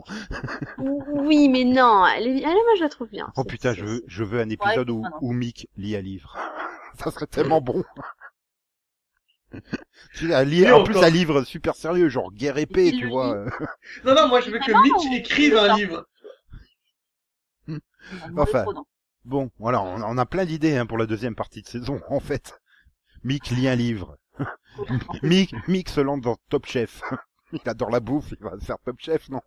Oui, mais non, elle est, elle, moi, je la trouve bien. Oh C'est- putain, c'est- je veux je veux un épisode où, ah non. où Mick lit un livre. ça serait tellement bon. Tu sais, un li- Et en encore. plus un livre super sérieux, genre guerre épée, Il tu le vois. euh. Non, non, moi, je veux que Vraiment, Mitch ou- écrive ou un pas livre. Enfin. Trop, non. Bon, voilà, on, on a plein d'idées hein, pour la deuxième partie de saison, en fait. Mick lit un livre. Mick, Mick se lance dans Top Chef. Il adore la bouffe, il va faire Top Chef, non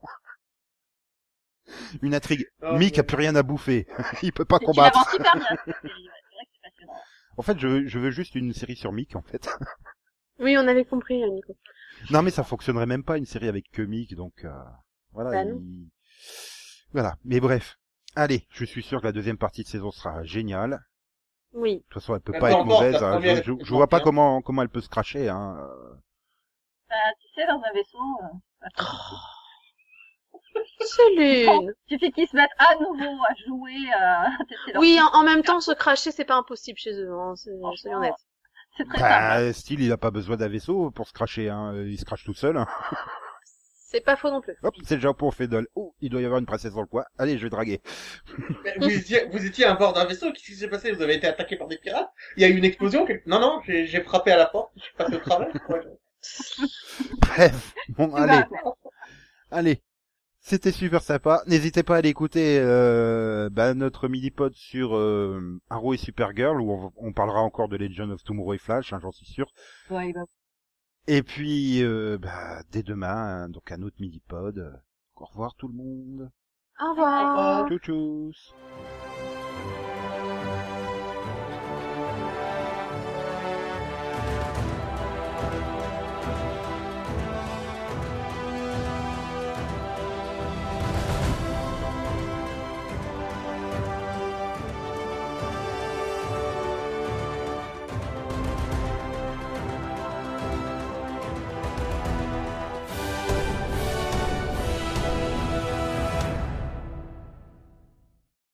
Une intrigue. Oh, Mick mais- a plus rien à bouffer. Il peut pas Et Tu la vends combattre. super bien, cette série, ouais. C'est vrai que c'est passionnant. En fait, je veux, je veux juste une série sur Mick, en fait. Oui, on avait compris, euh, Nico. Non, mais ça fonctionnerait même pas une série avec que Mick, donc euh, voilà. Bah il- non. Voilà. Mais bref, allez, je suis sûr que la deuxième partie de saison sera géniale. Oui. De toute façon, elle peut Elle pas peut être encore, mauvaise. la hein. première Je, je- est je vois pas bien. comment comment elle peut se cracher. Hein. Bah, tu sais, dans un vaisseau, euh, C'est Oh, suffit qu'ils se mettent à nouveau à jouer. Euh, c'est- c'est leur- Oui, en, en même temps, se cracher, c'est pas impossible chez eux, hein, c'est- soyons honnêtes. c'est très sympa. Bah, style, il a pas besoin d'un vaisseau pour se cracher. Hein. Il se crache tout seul. hein. C'est pas faux non plus. Hop, c'est le Japon, Fedol. Oh, il doit y avoir une princesse dans le coin. Allez, je vais draguer. Mais Vous étiez, vous étiez à bord d'un vaisseau, qu'est-ce qui s'est passé Vous avez été attaqué par des pirates Il y a eu une explosion quelque- Non, non, j'ai j'ai frappé à la porte, je suis passé au travers. Ouais, je- Bref, bon, Tu allez. vas, Allez, c'était super sympa. N'hésitez pas à aller écouter euh, bah, notre mini-pod sur euh, Arrow et Supergirl, où on, on parlera encore de Legend of Tomorrow et Flash, hein, j'en suis sûr. Ouais, il va- Et puis, euh, bah, dès demain, hein, donc un autre mini-pod. Au revoir tout le monde. Au revoir. Tchou tchous.